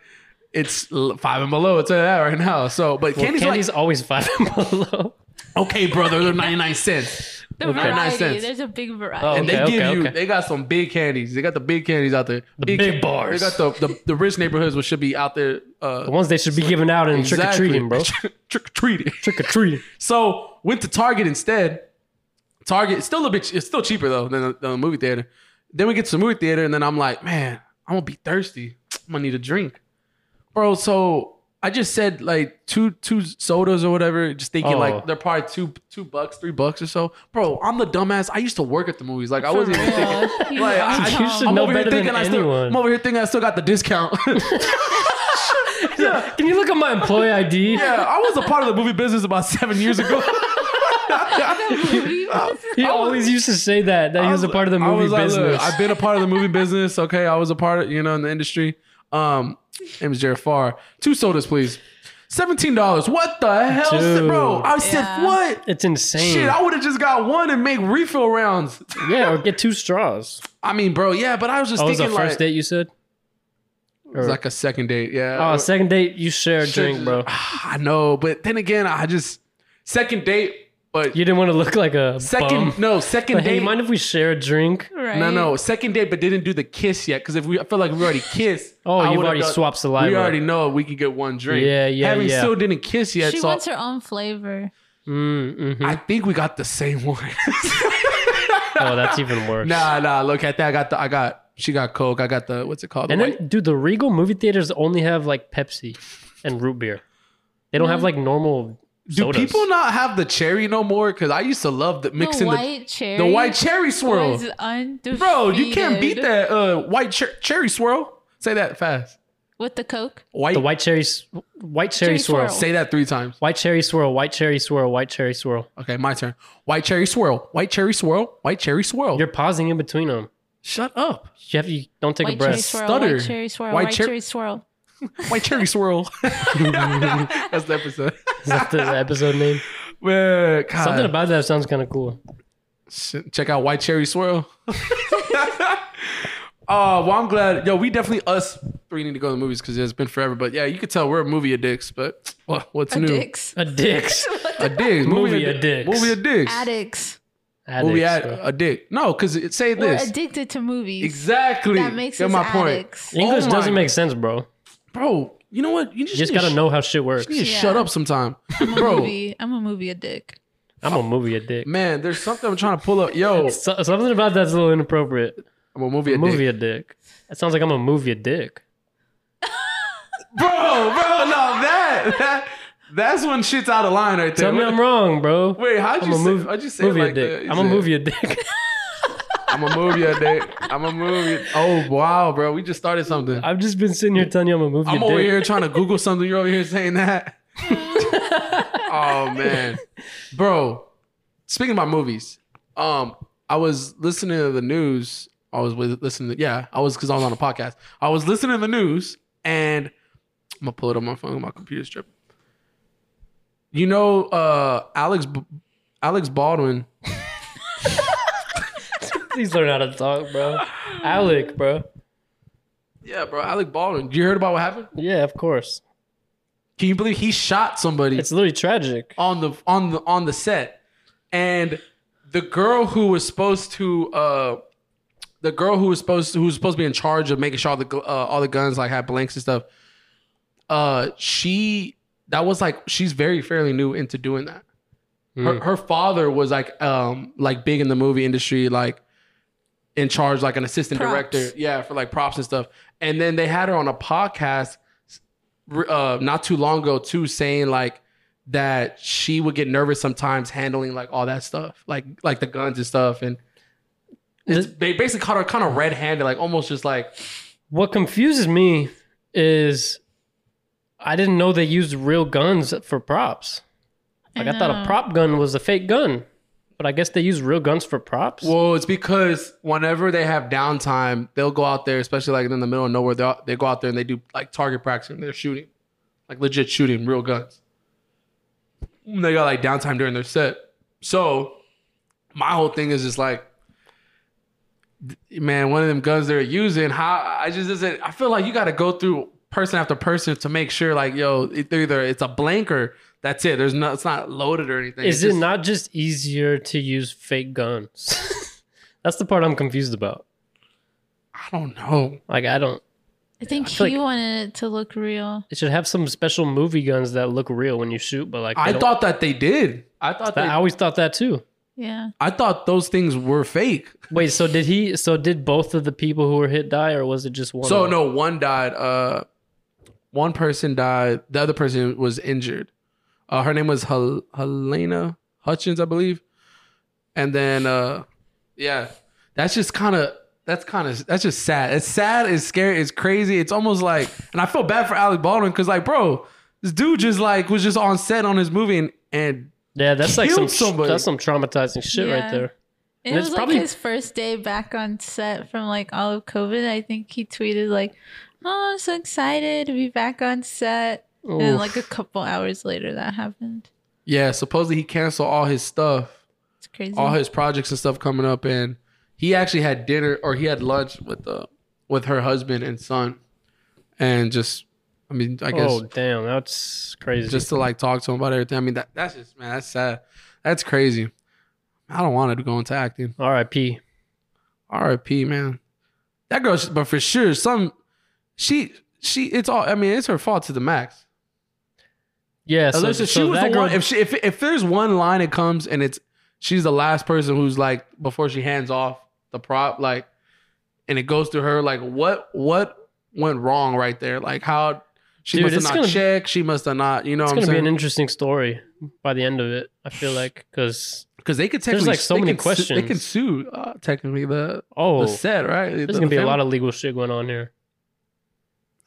[SPEAKER 1] It's l- five and below. It's like that right now. So, but
[SPEAKER 2] Well,
[SPEAKER 1] candy's,
[SPEAKER 2] candy's always five and below.
[SPEAKER 1] like okay, brother. They're ninety nine cents.
[SPEAKER 3] the
[SPEAKER 1] Okay. Nice
[SPEAKER 3] variety.
[SPEAKER 1] sense.
[SPEAKER 3] There's a big variety.
[SPEAKER 2] Oh.
[SPEAKER 1] and they
[SPEAKER 2] Okay,
[SPEAKER 1] give
[SPEAKER 2] okay,
[SPEAKER 1] you
[SPEAKER 2] okay.
[SPEAKER 1] they got some big candies. They got the big candies out there. The
[SPEAKER 2] big bars.
[SPEAKER 1] They got the, the the rich neighborhoods which should be out there uh
[SPEAKER 2] The ones they should be giving out and trick or treating, bro.
[SPEAKER 1] Trick or treating.
[SPEAKER 2] trick or treating.
[SPEAKER 1] So went to Target instead. Target it's still a bit it's still cheaper though than the, than the movie theater. Then we get to the movie theater and then I'm like, man, I'm gonna be thirsty. I'm gonna need a drink. Bro, so I just said like two two sodas or whatever, just thinking
[SPEAKER 2] Oh.
[SPEAKER 1] like they're probably two two bucks, three bucks or so. Bro, I'm the dumbass. I used to work at the movies. Like I wasn't even thinking
[SPEAKER 3] thinking.
[SPEAKER 1] Like, I-
[SPEAKER 2] You should know better than
[SPEAKER 1] I still,
[SPEAKER 2] anyone.
[SPEAKER 1] I'm over here thinking I still got the discount. yeah,
[SPEAKER 2] Can you look at my employee ID?
[SPEAKER 1] yeah, I was a part of the movie business about seven years ago. Oh.
[SPEAKER 2] He always used to say that that he was a part of the
[SPEAKER 1] I
[SPEAKER 2] movie
[SPEAKER 1] was like, look,
[SPEAKER 2] business.
[SPEAKER 1] I've been a part of the movie business. Okay, I was a part of you know in the industry. Um, name is Jared Farr. Two sodas, please. Seventeen dollars. What the hell,
[SPEAKER 2] Dude.
[SPEAKER 1] bro? I said
[SPEAKER 3] Yeah.
[SPEAKER 1] what?
[SPEAKER 2] it's insane.
[SPEAKER 1] Shit, I would have just got one and make refill rounds.
[SPEAKER 2] yeah, or get two straws.
[SPEAKER 1] I mean, bro, yeah, but I was just
[SPEAKER 2] Oh, it was the
[SPEAKER 1] thinking
[SPEAKER 2] first
[SPEAKER 1] like
[SPEAKER 2] date you said.
[SPEAKER 1] it was like a uh, second date. Yeah.
[SPEAKER 2] Oh, second date you share a drink, bro.
[SPEAKER 1] I know, but then again, I just second date, but
[SPEAKER 2] You didn't want to look like a
[SPEAKER 1] second
[SPEAKER 2] Bum.
[SPEAKER 1] no second
[SPEAKER 2] But hey,
[SPEAKER 1] date.
[SPEAKER 2] you mind if we share a drink?
[SPEAKER 3] right.
[SPEAKER 1] no, no, second date, but didn't do the kiss yet because if we, I feel like we already kissed.
[SPEAKER 2] Oh,
[SPEAKER 1] I
[SPEAKER 2] you've
[SPEAKER 1] would've
[SPEAKER 2] already swapped saliva.
[SPEAKER 1] We already know we can get one drink.
[SPEAKER 2] Yeah, yeah,
[SPEAKER 1] Having
[SPEAKER 2] yeah.
[SPEAKER 1] still didn't kiss yet,
[SPEAKER 3] She
[SPEAKER 1] so
[SPEAKER 3] wants her own flavor.
[SPEAKER 2] Mm, mhm.
[SPEAKER 1] I think we got the same one.
[SPEAKER 2] Oh, that's even worse.
[SPEAKER 1] nah, nah. Look at that. I got the. I got. She got Coke. I got the. What's it called? The
[SPEAKER 2] And
[SPEAKER 1] white-
[SPEAKER 2] then, dude, the Regal movie theaters only have like Pepsi and root beer. They don't have like normal
[SPEAKER 1] do
[SPEAKER 2] sodas.
[SPEAKER 1] people not have the cherry no more? Because I used to love the mixing
[SPEAKER 3] the
[SPEAKER 1] the
[SPEAKER 3] white cherry.
[SPEAKER 1] the white cherry swirl.
[SPEAKER 3] was undefeated.
[SPEAKER 1] Bro, you can't beat that uh, white cher- cherry swirl. Say that fast.
[SPEAKER 3] with the Coke.
[SPEAKER 1] White,
[SPEAKER 2] the white cherry, s- white cherry,
[SPEAKER 3] Cherry
[SPEAKER 2] swirl.
[SPEAKER 3] swirl.
[SPEAKER 1] Say that three times.
[SPEAKER 2] white cherry swirl, white cherry swirl, white cherry swirl.
[SPEAKER 1] Okay, my turn. White cherry swirl. White cherry swirl. White cherry swirl.
[SPEAKER 2] You're pausing in between them.
[SPEAKER 1] Shut up.
[SPEAKER 2] You have you don't take a
[SPEAKER 3] White cherry
[SPEAKER 2] breath.
[SPEAKER 3] swirl.
[SPEAKER 1] Stutter.
[SPEAKER 3] White cherry swirl.
[SPEAKER 1] White
[SPEAKER 3] White,
[SPEAKER 1] cher-
[SPEAKER 3] cherry swirl.
[SPEAKER 1] White cherry swirl. That's the episode.
[SPEAKER 2] Is that the episode name?
[SPEAKER 1] Man, God.
[SPEAKER 2] Something about that sounds kind of cool.
[SPEAKER 1] Shit, Check out White Cherry Swirl. uh, well, I'm glad. Yo, we definitely, us three need to go to the movies because it's been forever. But yeah, you could tell we're a movie addicts, but well, what's new?
[SPEAKER 3] Addicts.
[SPEAKER 2] Addicts.
[SPEAKER 1] Addicts.
[SPEAKER 2] Movie
[SPEAKER 1] addi-
[SPEAKER 2] addicts.
[SPEAKER 1] Movie addicts.
[SPEAKER 3] Addicts.
[SPEAKER 1] Movie ad-
[SPEAKER 2] bro.
[SPEAKER 1] addict. No, because say
[SPEAKER 3] We're
[SPEAKER 1] this.
[SPEAKER 3] addicted to movies.
[SPEAKER 1] Exactly.
[SPEAKER 3] That makes
[SPEAKER 1] Get
[SPEAKER 3] us
[SPEAKER 1] my
[SPEAKER 3] addicts.
[SPEAKER 1] point.
[SPEAKER 2] English
[SPEAKER 1] Oh my-
[SPEAKER 2] doesn't make sense, bro.
[SPEAKER 1] Bro, you know what? You just,
[SPEAKER 2] You just
[SPEAKER 1] need
[SPEAKER 2] gotta
[SPEAKER 1] to
[SPEAKER 2] know how shit works.
[SPEAKER 1] sh- you need to
[SPEAKER 3] Yeah.
[SPEAKER 1] shut up sometime.
[SPEAKER 3] I'm a
[SPEAKER 1] Bro,
[SPEAKER 3] movie. I'm a movie addict.
[SPEAKER 2] I'm a movie addict.
[SPEAKER 1] man, there's something I'm trying to pull up. Yo,
[SPEAKER 2] So, something about that's a little inappropriate.
[SPEAKER 1] I'm a movie
[SPEAKER 2] A
[SPEAKER 1] addict.
[SPEAKER 2] movie a dick. That sounds like I'm a movie a dick.
[SPEAKER 1] Bro, bro, now that, that that's when shit's out of line right there.
[SPEAKER 2] Tell me I'm wrong, bro.
[SPEAKER 1] Wait, how'd
[SPEAKER 2] I'm
[SPEAKER 1] you
[SPEAKER 2] a
[SPEAKER 1] say?
[SPEAKER 2] mov-
[SPEAKER 1] how'd you say it
[SPEAKER 2] movie
[SPEAKER 1] like
[SPEAKER 2] a dick.
[SPEAKER 1] that? You
[SPEAKER 2] I'm a
[SPEAKER 1] said,
[SPEAKER 2] movie a dick.
[SPEAKER 1] I'm a movie addict. I'm a movie. Oh wow, bro, we just started something.
[SPEAKER 2] I've just been sitting here telling you I'm a movie
[SPEAKER 1] I'm
[SPEAKER 2] a
[SPEAKER 1] over
[SPEAKER 2] dick.
[SPEAKER 1] here trying to Google something. You're over here saying that. oh man, bro. Speaking about movies, um, I was listening to the news. I was with listening. To, yeah, I was because I was on a podcast. I was listening to the news, and I'm gonna pull it up on my phone. My computer's tripping. You know, uh, Alex B- Alex Baldwin.
[SPEAKER 2] Please learn how to talk, bro. Alec, bro.
[SPEAKER 1] Yeah, bro, Alec Baldwin. You heard about what happened?
[SPEAKER 2] Yeah, of course.
[SPEAKER 1] Can you believe he shot somebody?
[SPEAKER 2] It's literally tragic.
[SPEAKER 1] on the on the on the set, and the girl who was supposed to uh, the girl who was supposed to, who was supposed to be in charge of making sure all the gl- uh, all the guns like had blanks and stuff, uh, she that was like she's very fairly new into doing that. Her, her father was like um like big in the movie industry like in charge like an assistant
[SPEAKER 3] Props.
[SPEAKER 1] director yeah for like props and stuff and then they had her on a podcast r- uh not too long ago too saying like that she would get nervous sometimes handling like all that stuff like like the guns and stuff and it's,
[SPEAKER 2] Th-
[SPEAKER 1] they basically caught her kind of red-handed like almost just like
[SPEAKER 2] What confuses me is I didn't know they used real guns for props. Like I, thought a
[SPEAKER 3] know.
[SPEAKER 2] prop gun was a fake gun, but I guess they use real guns for props.
[SPEAKER 1] Well, it's because whenever they have downtime, they'll go out there, especially like in the middle of nowhere. They they go out there and they do like target practice and they're shooting, like legit shooting real guns. And they got like downtime during their set. So my whole thing is just like, th- man, one of them guns they're using. How I just isn't. I feel like you got to go through person after person to make sure like yo, it- they're either it's a blank or that's it. There's not it's not loaded or anything.
[SPEAKER 2] is
[SPEAKER 1] It's
[SPEAKER 2] it
[SPEAKER 1] just-
[SPEAKER 2] not just easier to use fake guns? That's the part I'm confused about.
[SPEAKER 1] I don't know.
[SPEAKER 2] Like I don't.
[SPEAKER 3] I think
[SPEAKER 2] feel
[SPEAKER 3] he
[SPEAKER 2] like-
[SPEAKER 3] wanted it to look real.
[SPEAKER 2] It should have some special movie guns that look real when you shoot, but like they
[SPEAKER 1] I
[SPEAKER 2] don't-
[SPEAKER 1] thought that they did. I thought
[SPEAKER 2] that,
[SPEAKER 1] they
[SPEAKER 2] I always thought that too.
[SPEAKER 3] Yeah.
[SPEAKER 1] I thought those things were fake.
[SPEAKER 2] Wait, so did he? So did both of the people who were hit die, or was it just one?
[SPEAKER 1] So
[SPEAKER 2] of them?
[SPEAKER 1] no, one died. Uh, one person died. The other person was injured. Uh, her name was Hel- Helena Hutchins, I believe. And then, uh, yeah, that's just kind of that's kind of that's just sad. It's sad. It's scary. It's crazy. It's almost like, and I feel bad for Alec Baldwin because, like, bro, this dude just like was just on set on his movie and, and
[SPEAKER 2] Yeah, that's like some
[SPEAKER 1] killed somebody.
[SPEAKER 2] that's some traumatizing shit right
[SPEAKER 3] Yeah.
[SPEAKER 2] there.
[SPEAKER 3] It
[SPEAKER 2] And it's
[SPEAKER 3] was
[SPEAKER 2] probably-
[SPEAKER 3] like his first day back on set from like all of COVID. I think he tweeted like, "Oh, I'm so excited to be back on set." And then,
[SPEAKER 2] Oof.
[SPEAKER 3] like a couple hours later, that happened.
[SPEAKER 1] yeah, supposedly he canceled all his stuff.
[SPEAKER 3] It's crazy.
[SPEAKER 1] all his projects and stuff coming up and he actually had dinner or he had lunch with uh with her husband and son and just i mean i guess
[SPEAKER 2] oh damn, that's crazy.
[SPEAKER 1] just to like talk to him about everything i mean that that's just man that's sad that's crazy i don't want to go into acting
[SPEAKER 2] R.I.P.
[SPEAKER 1] rip man that girl sh- but for sure some she she it's all i mean it's her fault to the max
[SPEAKER 2] Yeah, so,
[SPEAKER 1] Alyssa,
[SPEAKER 2] so
[SPEAKER 1] she was
[SPEAKER 2] that
[SPEAKER 1] the
[SPEAKER 2] girl,
[SPEAKER 1] one. If she, if if there's one line that comes and it's she's the last person who's like before she hands off the prop, like, and it goes to her, like, what what went wrong right there? Like how she
[SPEAKER 2] Dude,
[SPEAKER 1] must have
[SPEAKER 2] it's
[SPEAKER 1] not
[SPEAKER 2] gonna-
[SPEAKER 1] checked. She must have not, you know,
[SPEAKER 2] it's
[SPEAKER 1] what I'm
[SPEAKER 2] gonna be an
[SPEAKER 1] saying?
[SPEAKER 2] interesting story by the end of it. I feel like because
[SPEAKER 1] Because they could technically
[SPEAKER 2] like, so
[SPEAKER 1] they
[SPEAKER 2] many
[SPEAKER 1] can su- They can
[SPEAKER 2] questions.
[SPEAKER 1] sue uh, technically the
[SPEAKER 2] oh,
[SPEAKER 1] the set, right? There's
[SPEAKER 2] there's gonna be a lot of legal shit going on here,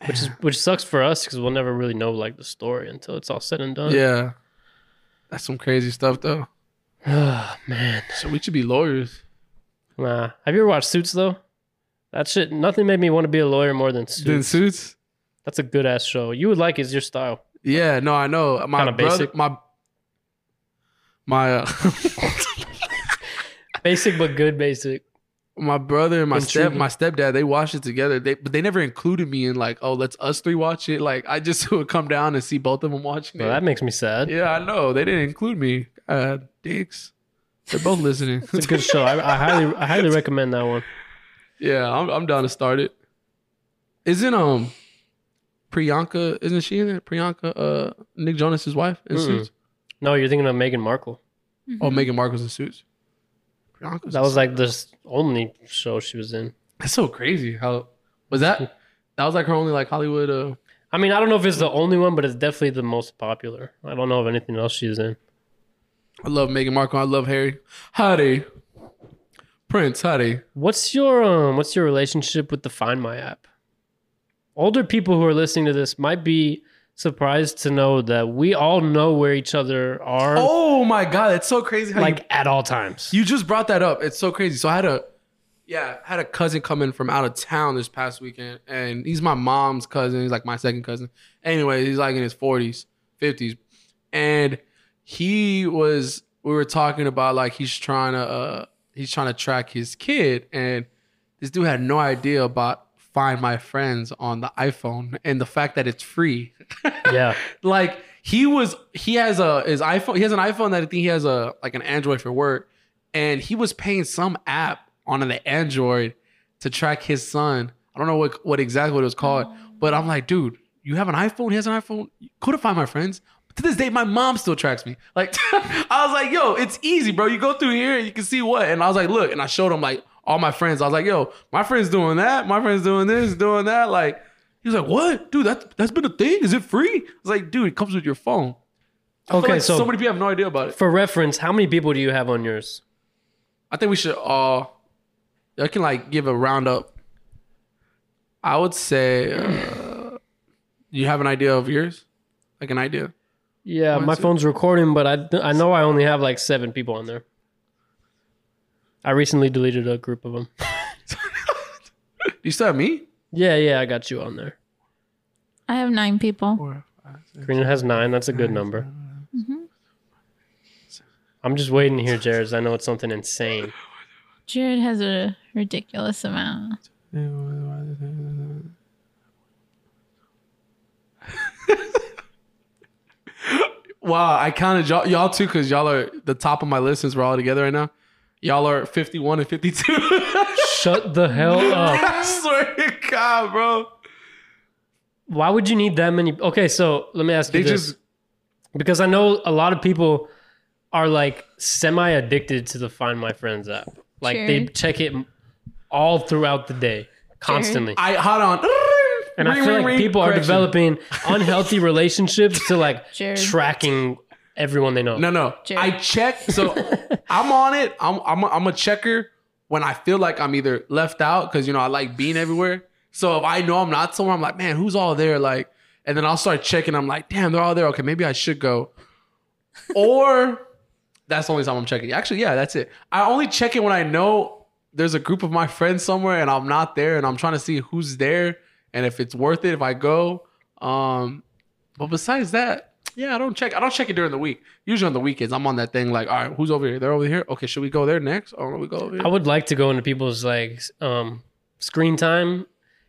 [SPEAKER 2] which is which sucks for us because we'll never really know like the story until it's all said and done.
[SPEAKER 1] yeah. That's some crazy stuff though.
[SPEAKER 2] oh, man.
[SPEAKER 1] So we should be lawyers.
[SPEAKER 2] Nah. Have you ever watched Suits though? That shit. Nothing made me want to be a lawyer more than Suits.
[SPEAKER 1] Then suits.
[SPEAKER 2] That's a good ass show. You would like it. It's your style.
[SPEAKER 1] Yeah, no, I know. My
[SPEAKER 2] Kinda
[SPEAKER 1] brother,
[SPEAKER 2] basic.
[SPEAKER 1] my my uh,
[SPEAKER 2] Basic but good basic.
[SPEAKER 1] my brother and my step
[SPEAKER 2] Intriguing.
[SPEAKER 1] my stepdad they watched it together. They but they never included me in like oh let's us three watch it. Like I just would come down and see both of them watching
[SPEAKER 2] Bro,
[SPEAKER 1] it.
[SPEAKER 2] that makes me sad.
[SPEAKER 1] yeah, I know they didn't include me. Uh, dicks, they're both listening.
[SPEAKER 2] It's a good show. I, I highly, I highly recommend that one.
[SPEAKER 1] yeah, I'm I'm down to start it. Isn't um Priyanka? Isn't she in it? Priyanka, uh, Nick Jonas's wife in
[SPEAKER 2] Mm-mm.
[SPEAKER 1] suits.
[SPEAKER 2] No, you're thinking of Meghan Markle.
[SPEAKER 1] Oh, Megan Markle's in suits. Priyanka's
[SPEAKER 2] That was like the s- only show she was in.
[SPEAKER 1] That's so crazy. How was that? That was like her only like Hollywood. Uh,
[SPEAKER 2] I mean, I don't know if it's the only one, but it's definitely the most popular. I don't know of anything else she's in.
[SPEAKER 1] I love Meghan Markle. I love Harry. Howdy, Prince. Howdy.
[SPEAKER 2] What's your um, what's your relationship with the Find My app? Older people who are listening to this might be surprised to know that we all know where each other are,
[SPEAKER 1] Oh my god, it's so crazy how
[SPEAKER 2] like at all times.
[SPEAKER 1] you, you just brought that up. It's so crazy. So I had a yeah, I had a cousin come in from out of town this past weekend, and he's my mom's cousin. He's like my second cousin. Anyway, he's like in his forties, fifties, and he was. We were talking about like he's trying to uh, he's trying to track his kid, and this dude had no idea about Find My Friends on the iPhone and the fact that it's free.
[SPEAKER 2] yeah,
[SPEAKER 1] like he was he has a his iphone he has an iphone that i think he has a like an android for work and he was paying some app on the android to track his son i don't know what what exactly what it was called but i'm like dude you have an iphone he has an iphone could have find my friends to this day my mom still tracks me like i was like yo it's easy bro you go through here and you can see what and i was like look and i showed him like all my friends i was like yo my friends doing that my friends doing this doing that like he was like, "What, dude? That's that's been a thing. Is it free?" I was like, "Dude, it comes with your phone." I feel
[SPEAKER 2] Okay,
[SPEAKER 1] like
[SPEAKER 2] so-
[SPEAKER 1] so many people have no idea about it.
[SPEAKER 2] for reference, how many people do you have on yours?
[SPEAKER 1] I think we should all. I can like give a roundup. I would say, uh, you have an idea of yours, like an idea.
[SPEAKER 2] Yeah,
[SPEAKER 1] What's
[SPEAKER 2] my
[SPEAKER 1] it?
[SPEAKER 2] phone's recording, but I I know I only have like seven people on there. I recently deleted a group of them.
[SPEAKER 1] You still have me?
[SPEAKER 2] Yeah, yeah, I got you on there.
[SPEAKER 3] I have nine people.
[SPEAKER 1] Four,
[SPEAKER 2] uh,
[SPEAKER 1] five, six.
[SPEAKER 2] Karina has nine. That's a good number. I'm just waiting here, Jared. I know it's something insane.
[SPEAKER 3] Jared has a ridiculous amount.
[SPEAKER 1] Wow, I counted y'all, y'all too, because y'all are the top of my listeners. We're all together right now. Y'all are 51 and 52.
[SPEAKER 2] Shut the hell up.
[SPEAKER 1] I swear to God, bro.
[SPEAKER 2] Why would you need that many? Okay, so let me ask
[SPEAKER 1] They
[SPEAKER 2] you this.
[SPEAKER 1] just
[SPEAKER 2] because I know a lot of people are like semi addicted to the Find My Friends app. Like they
[SPEAKER 3] Sure.
[SPEAKER 2] check it all throughout the day, constantly.
[SPEAKER 1] I hold on.
[SPEAKER 2] and I
[SPEAKER 1] Ring,
[SPEAKER 2] feel
[SPEAKER 1] ring,
[SPEAKER 2] like
[SPEAKER 1] ring.
[SPEAKER 2] people are
[SPEAKER 1] Correction.
[SPEAKER 2] developing unhealthy relationships to like
[SPEAKER 3] Jared.
[SPEAKER 2] tracking everyone they know.
[SPEAKER 1] No, no.
[SPEAKER 3] Jared.
[SPEAKER 1] I check. So I'm on it. I'm I'm a, I'm a checker when I feel like I'm either left out because you know I like being everywhere. So if I know I'm not somewhere, I'm like, man, who's all there? Like, and then I'll start checking. I'm like, damn, they're all there. Okay, maybe I should go. Or that's the only time I'm checking. Actually, yeah, that's it. I only check it when I know there's a group of my friends somewhere and I'm not there and I'm trying to see who's there and if it's worth it if I go. Um, but besides that, yeah, I don't check. I don't check it during the week. Usually on the weekends, I'm on that thing like, all right, who's over here? They're over here. Okay, should we go there next? Or we go over here?
[SPEAKER 2] I would like to go into people's like s- um, screen time.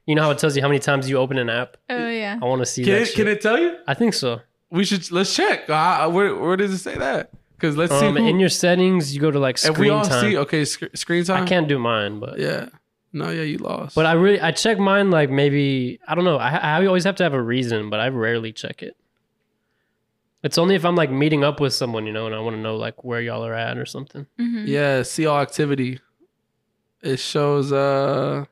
[SPEAKER 2] You know how it tells you how many times you open an app.
[SPEAKER 3] Oh yeah.
[SPEAKER 2] I want to see
[SPEAKER 1] Can
[SPEAKER 2] that.
[SPEAKER 1] it,
[SPEAKER 2] shit.
[SPEAKER 1] can it tell you?
[SPEAKER 2] I think so.
[SPEAKER 1] We should let's check. Uh, where where does it say that? Because let's
[SPEAKER 2] Um,
[SPEAKER 1] see. Who,
[SPEAKER 2] in your settings, you go to like
[SPEAKER 1] if we
[SPEAKER 2] screen
[SPEAKER 1] all
[SPEAKER 2] time.
[SPEAKER 1] see, okay, sc- screen time.
[SPEAKER 2] I can't do mine, but
[SPEAKER 1] Yeah. No, yeah, you lost.
[SPEAKER 2] But I really I check mine like maybe I don't know. I, I always have to have a reason, but I rarely check it. It's only if I'm like meeting up with someone, you know, and I want to know like where y'all are at or something.
[SPEAKER 3] Mm-hmm.
[SPEAKER 1] Yeah, see all activity. It shows uh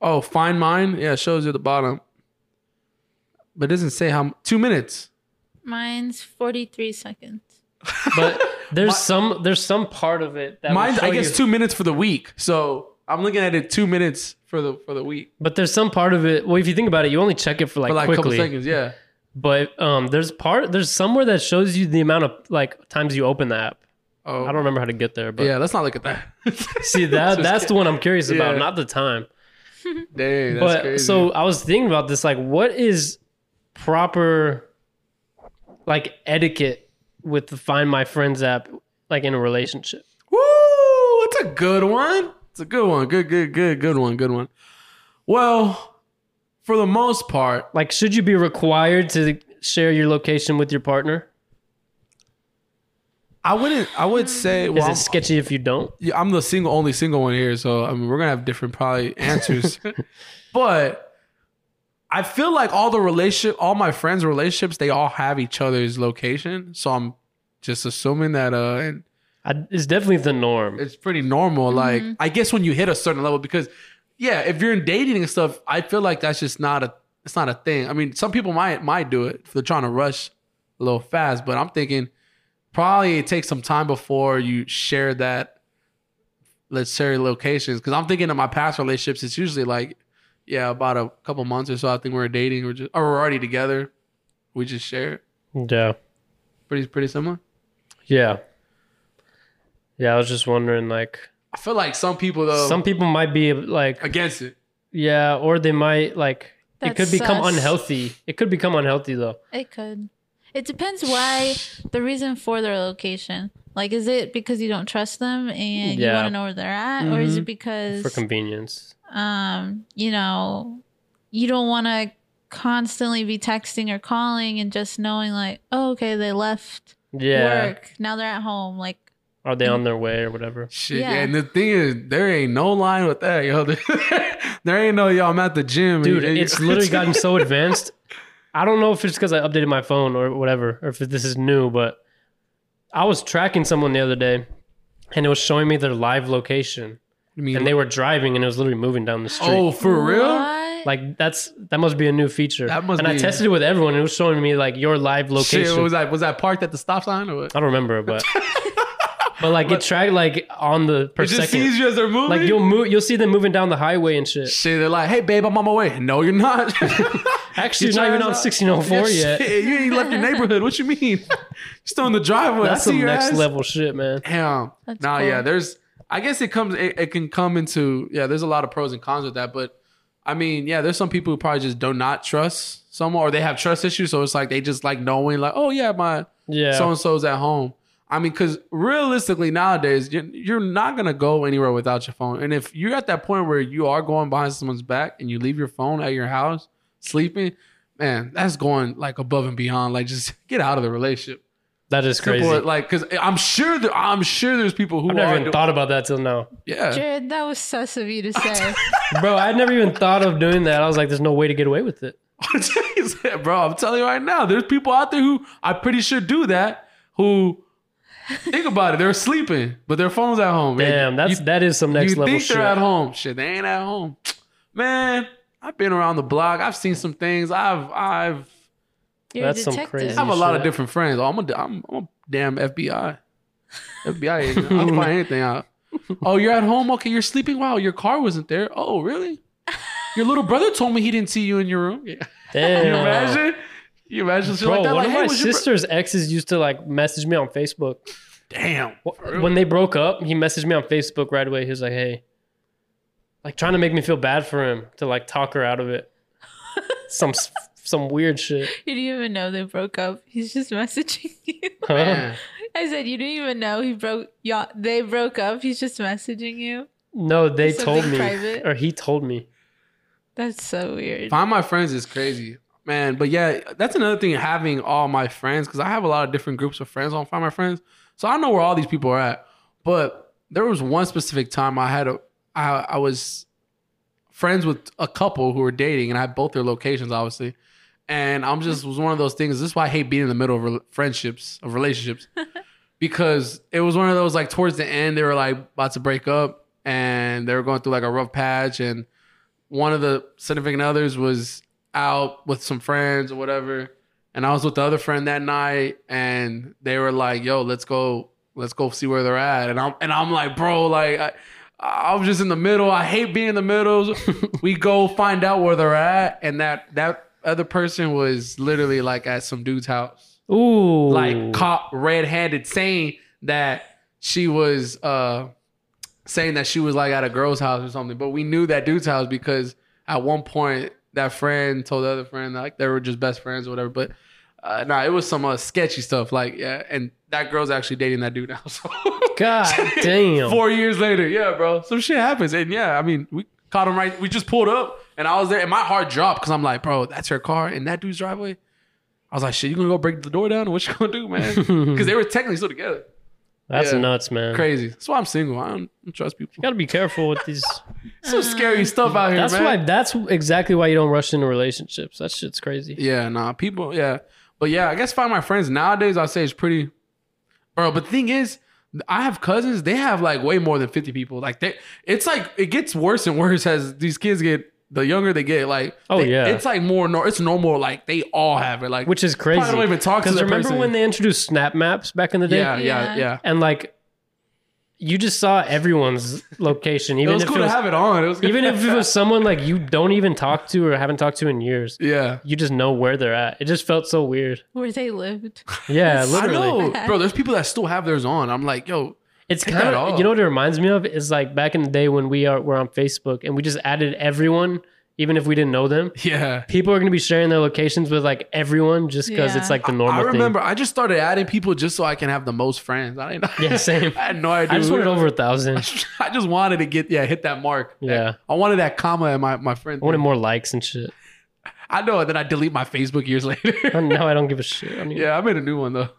[SPEAKER 1] Oh, find mine. Yeah, it shows you at the bottom. But it doesn't say how m- 2 minutes.
[SPEAKER 3] Mine's forty-three seconds.
[SPEAKER 2] But there's
[SPEAKER 1] My-
[SPEAKER 2] some there's some part of it that will
[SPEAKER 1] Mine
[SPEAKER 2] show
[SPEAKER 1] I guess
[SPEAKER 2] you-
[SPEAKER 1] 2 minutes for the week. So, I'm looking at it 2 minutes for the for the week.
[SPEAKER 2] But there's some part of it. Well, if you think about it, you only check it for like,
[SPEAKER 1] for like
[SPEAKER 2] quickly.
[SPEAKER 1] a couple seconds, yeah.
[SPEAKER 2] But um, there's part there's somewhere that shows you the amount of like times you open the app.
[SPEAKER 1] Oh.
[SPEAKER 2] I don't remember how to get there, but
[SPEAKER 1] yeah, let's not look at that.
[SPEAKER 2] see that
[SPEAKER 1] Just
[SPEAKER 2] that's the one I'm curious about,
[SPEAKER 1] Yeah.
[SPEAKER 2] not the time.
[SPEAKER 1] Dang, that's
[SPEAKER 2] but
[SPEAKER 1] crazy.
[SPEAKER 2] so I was thinking about this, like, what is proper, like, etiquette with the Find My Friends app, like in a relationship?
[SPEAKER 1] Woo! It's a good one. It's a good one. Good, good, good, good one. Good one. Well, for the most part,
[SPEAKER 2] Like, should you be required to share your location with your partner?
[SPEAKER 1] I wouldn't. I would say.
[SPEAKER 2] Is
[SPEAKER 1] Well, I'm,
[SPEAKER 2] it sketchy if you don't?
[SPEAKER 1] yeah, I'm the single, only single one here, so I mean, we're gonna have different probably answers. but I feel like all the relationship, all my friends' relationships, they all have each other's location. So I'm just assuming that. Uh, and
[SPEAKER 2] I, it's definitely the norm.
[SPEAKER 1] it's pretty normal. Like I guess when you hit a certain level, because yeah, if you're in dating and stuff, I feel like that's just not a it's not a thing. I mean, some people might might do it if they're trying to rush a little fast, but I'm thinking probably it takes some time before you share that let's share locations. Cause I'm thinking of my past relationships, it's usually like, yeah, about a couple months or so. I think we're dating, we're just or we're already together. We just share it.
[SPEAKER 2] yeah.
[SPEAKER 1] Pretty pretty similar.
[SPEAKER 2] Yeah. Yeah, I was just wondering like
[SPEAKER 1] I feel like some people though
[SPEAKER 2] some people might be like
[SPEAKER 1] against it.
[SPEAKER 2] yeah, or they might like it
[SPEAKER 3] That's
[SPEAKER 2] could become
[SPEAKER 3] sus.
[SPEAKER 2] unhealthy. It could become unhealthy though.
[SPEAKER 3] It could. It depends why the reason for their location. Like, is it because you don't trust them and you
[SPEAKER 2] Yeah.
[SPEAKER 3] want to know where they're at, or is
[SPEAKER 2] Mhm.
[SPEAKER 3] it because
[SPEAKER 2] For convenience.
[SPEAKER 3] um, you know, you don't want to constantly be texting or calling and just knowing like, oh, okay, they left
[SPEAKER 2] Yeah.
[SPEAKER 3] work, now they're at home. Like,
[SPEAKER 2] Are they on their way or whatever?
[SPEAKER 1] Shit, yeah.
[SPEAKER 3] Yeah.
[SPEAKER 1] And the thing is, there ain't no line with that, yo. there ain't no, yo, I'm at the gym.
[SPEAKER 2] Dude,
[SPEAKER 1] And-
[SPEAKER 2] it's literally gotten so advanced. I don't know if it's because I updated my phone or whatever, or if this is new, but I was tracking someone the other day and it was showing me their live location.
[SPEAKER 1] I mean,
[SPEAKER 2] And they were driving and it was literally moving down the street.
[SPEAKER 1] oh, for real?
[SPEAKER 3] what?
[SPEAKER 2] Like that's that must be a new feature.
[SPEAKER 1] That must
[SPEAKER 2] and I
[SPEAKER 1] be-
[SPEAKER 2] tested it with everyone. and It was showing me like your live location. Uh,
[SPEAKER 1] Shit, was that was that parked at the stop sign or what?
[SPEAKER 2] I don't remember, but but like it tracked like on the per
[SPEAKER 1] It just
[SPEAKER 2] second.
[SPEAKER 1] sees you as they're moving.
[SPEAKER 2] Like you'll move, you'll see them moving down the highway and shit.
[SPEAKER 1] Shit, they're like, hey, babe, I'm on my way. No, you're not.
[SPEAKER 2] Actually, it's not even on sixteen oh four
[SPEAKER 1] Yeah,
[SPEAKER 2] yet.
[SPEAKER 1] shit, you ain't left your neighborhood. What you mean? You're still in the driveway.
[SPEAKER 2] That's
[SPEAKER 1] I
[SPEAKER 2] some
[SPEAKER 1] see your
[SPEAKER 2] next
[SPEAKER 1] ass.
[SPEAKER 2] level shit, man.
[SPEAKER 1] Damn.
[SPEAKER 3] That's
[SPEAKER 1] nah, yeah.
[SPEAKER 3] cool.
[SPEAKER 1] There's. I guess it comes. It, it can come into. Yeah. There's a lot of pros and cons with that, but I mean, yeah. There's some people who probably just do not trust someone, or they have trust issues. So it's like they just like knowing, like, oh yeah, my
[SPEAKER 2] Yeah,
[SPEAKER 1] so and so's at home. I mean, because realistically nowadays, you're, you're not gonna go anywhere without your phone. And if you're at that point where you are going behind someone's back and you leave your phone at your house sleeping, man, that's going like above and beyond. Like, just get out of the relationship.
[SPEAKER 2] that is crazy.
[SPEAKER 1] Simple, like, because I'm sure there, I'm sure there's people who
[SPEAKER 2] I've never
[SPEAKER 1] are
[SPEAKER 2] even
[SPEAKER 1] do-
[SPEAKER 2] thought about that till now,
[SPEAKER 1] yeah.
[SPEAKER 3] Jared, that was sus of you to say.
[SPEAKER 2] bro. I never even thought of doing that. I was like, there's no way to get away with it.
[SPEAKER 1] Jeez, bro, I'm telling you right now, there's people out there who I'm pretty sure do that. Who think about it, they're sleeping, but their phone's at home.
[SPEAKER 2] Damn,
[SPEAKER 1] You-
[SPEAKER 2] that's
[SPEAKER 1] you,
[SPEAKER 2] that is some next
[SPEAKER 1] you
[SPEAKER 2] level
[SPEAKER 1] think
[SPEAKER 2] shit.
[SPEAKER 1] they're at home? Shit, they ain't at home. Man, I've been around the block. I've seen some things. I've I've
[SPEAKER 3] You're
[SPEAKER 2] That's
[SPEAKER 3] a
[SPEAKER 2] some
[SPEAKER 3] detective.
[SPEAKER 2] crazy-
[SPEAKER 1] I have a lot of
[SPEAKER 2] should.
[SPEAKER 1] different friends. Oh, I'm a, I'm, I'm a damn FBI. FBI agent. I'll find anything out. Oh, you're at home? Okay, you're sleeping? Wow, your car wasn't there. Oh, really? Your little brother told me he didn't see you in your room. Yeah.
[SPEAKER 2] Damn.
[SPEAKER 1] You imagine? You imagine shit
[SPEAKER 2] Bro,
[SPEAKER 1] like that?
[SPEAKER 2] one
[SPEAKER 1] Like,
[SPEAKER 2] of
[SPEAKER 1] hey,
[SPEAKER 2] my
[SPEAKER 1] was your bro-
[SPEAKER 2] sister's exes used to like message me on Facebook.
[SPEAKER 1] damn.
[SPEAKER 2] Wh- When they broke up, he messaged me on Facebook right away. He was like, "Hey," like trying to make me feel bad for him to like talk her out of it. some s- some weird shit.
[SPEAKER 3] You didn't even know they broke up. He's just messaging you.
[SPEAKER 2] Huh?
[SPEAKER 1] Man.
[SPEAKER 3] I said you didn't even know he broke. Y'all, they broke up. He's just messaging you.
[SPEAKER 2] No, they
[SPEAKER 3] Something
[SPEAKER 2] told me,
[SPEAKER 3] private?
[SPEAKER 2] or he told me.
[SPEAKER 3] That's so weird.
[SPEAKER 1] Find my friends is crazy. Man, but yeah, that's another thing having all my friends, because I have a lot of different groups of friends on Find My Friends. So I know where all these people are at. But there was one specific time I had a I I was friends with a couple who were dating and I had both their locations, obviously. And I'm just was one of those things. This is why I hate being in the middle of rel friendships, of relationships. because it was one of those like towards the end, they were like about to break up and they were going through like a rough patch and one of the significant others was out with some friends or whatever and i was with the other friend that night and they were like yo let's go let's go see where they're at and i'm and i'm like bro like i i was just in the middle i hate being in the middle we go find out where they're at and that that other person was literally like at some dude's house
[SPEAKER 2] Ooh,
[SPEAKER 1] like caught red-handed saying that she was uh saying that she was like at a girl's house or something but we knew that dude's house because at one point that friend told the other friend like they were just best friends or whatever but uh nah it was some uh, sketchy stuff like yeah and that girl's actually dating that dude now so
[SPEAKER 2] God damn.
[SPEAKER 1] four years later yeah bro some shit happens and yeah i mean we caught him right we just pulled up and i was there and my heart dropped because i'm like bro that's her car in that dude's driveway i was like shit you gonna go break the door down what you gonna do man because they were technically still together.
[SPEAKER 2] That's
[SPEAKER 1] Yeah.
[SPEAKER 2] nuts, man.
[SPEAKER 1] Crazy. That's why I'm single. I don't, I don't trust people.
[SPEAKER 2] Gotta be careful with these.
[SPEAKER 1] Some scary stuff out here,
[SPEAKER 2] That's
[SPEAKER 1] man.
[SPEAKER 2] why. That's exactly why you don't rush into relationships. That shit's crazy.
[SPEAKER 1] Yeah, nah, people. Yeah, but yeah, I guess find my friends nowadays. I say it's pretty, bro. But the thing is, I have cousins. They have like way more than fifty people. Like they, it's like it gets worse and worse as these kids get the younger they get. Like
[SPEAKER 2] Oh,
[SPEAKER 1] they-
[SPEAKER 2] yeah.
[SPEAKER 1] it's like more. nor- It's normal. Like they all have it. Like
[SPEAKER 2] which is crazy.
[SPEAKER 1] Probably don't even talk to
[SPEAKER 2] Because
[SPEAKER 1] that
[SPEAKER 2] remember
[SPEAKER 1] person.
[SPEAKER 2] when they introduced snap maps back in the day?
[SPEAKER 1] yeah, yeah,
[SPEAKER 3] Yeah.
[SPEAKER 1] yeah.
[SPEAKER 2] And like, you just saw everyone's location,
[SPEAKER 1] It
[SPEAKER 2] even
[SPEAKER 1] was
[SPEAKER 2] if
[SPEAKER 1] cool
[SPEAKER 2] it was,
[SPEAKER 1] to have it on. It was good.
[SPEAKER 2] even if it was someone like you don't even talk to or haven't talked to in years.
[SPEAKER 1] yeah.
[SPEAKER 2] You just know where they're at. It just felt so weird.
[SPEAKER 3] where they lived.
[SPEAKER 2] Yeah, literally.
[SPEAKER 1] I know, bro. There's people that still have theirs on. I'm like, yo,
[SPEAKER 2] It's
[SPEAKER 1] Pick
[SPEAKER 2] kind
[SPEAKER 1] that
[SPEAKER 2] of
[SPEAKER 1] up.
[SPEAKER 2] you know what it reminds me of is like back in the day when we are were on Facebook and we just added everyone, even if we didn't know them.
[SPEAKER 1] yeah.
[SPEAKER 2] People are gonna be sharing their locations with like everyone just because
[SPEAKER 3] Yeah.
[SPEAKER 2] it's like the
[SPEAKER 1] I
[SPEAKER 2] normal thing.
[SPEAKER 1] remember I just started adding people just so I can have the most friends. I didn't know.
[SPEAKER 2] Yeah, same.
[SPEAKER 1] I had no idea.
[SPEAKER 2] I just wanted over a thousand.
[SPEAKER 1] I just wanted to get yeah, hit that mark.
[SPEAKER 2] Yeah.
[SPEAKER 1] I wanted that comma in my my friend.
[SPEAKER 2] I wanted more likes and shit.
[SPEAKER 1] I know. And then I delete my Facebook years later.
[SPEAKER 2] And now I don't give a shit. I mean,
[SPEAKER 1] yeah, I made a new one though.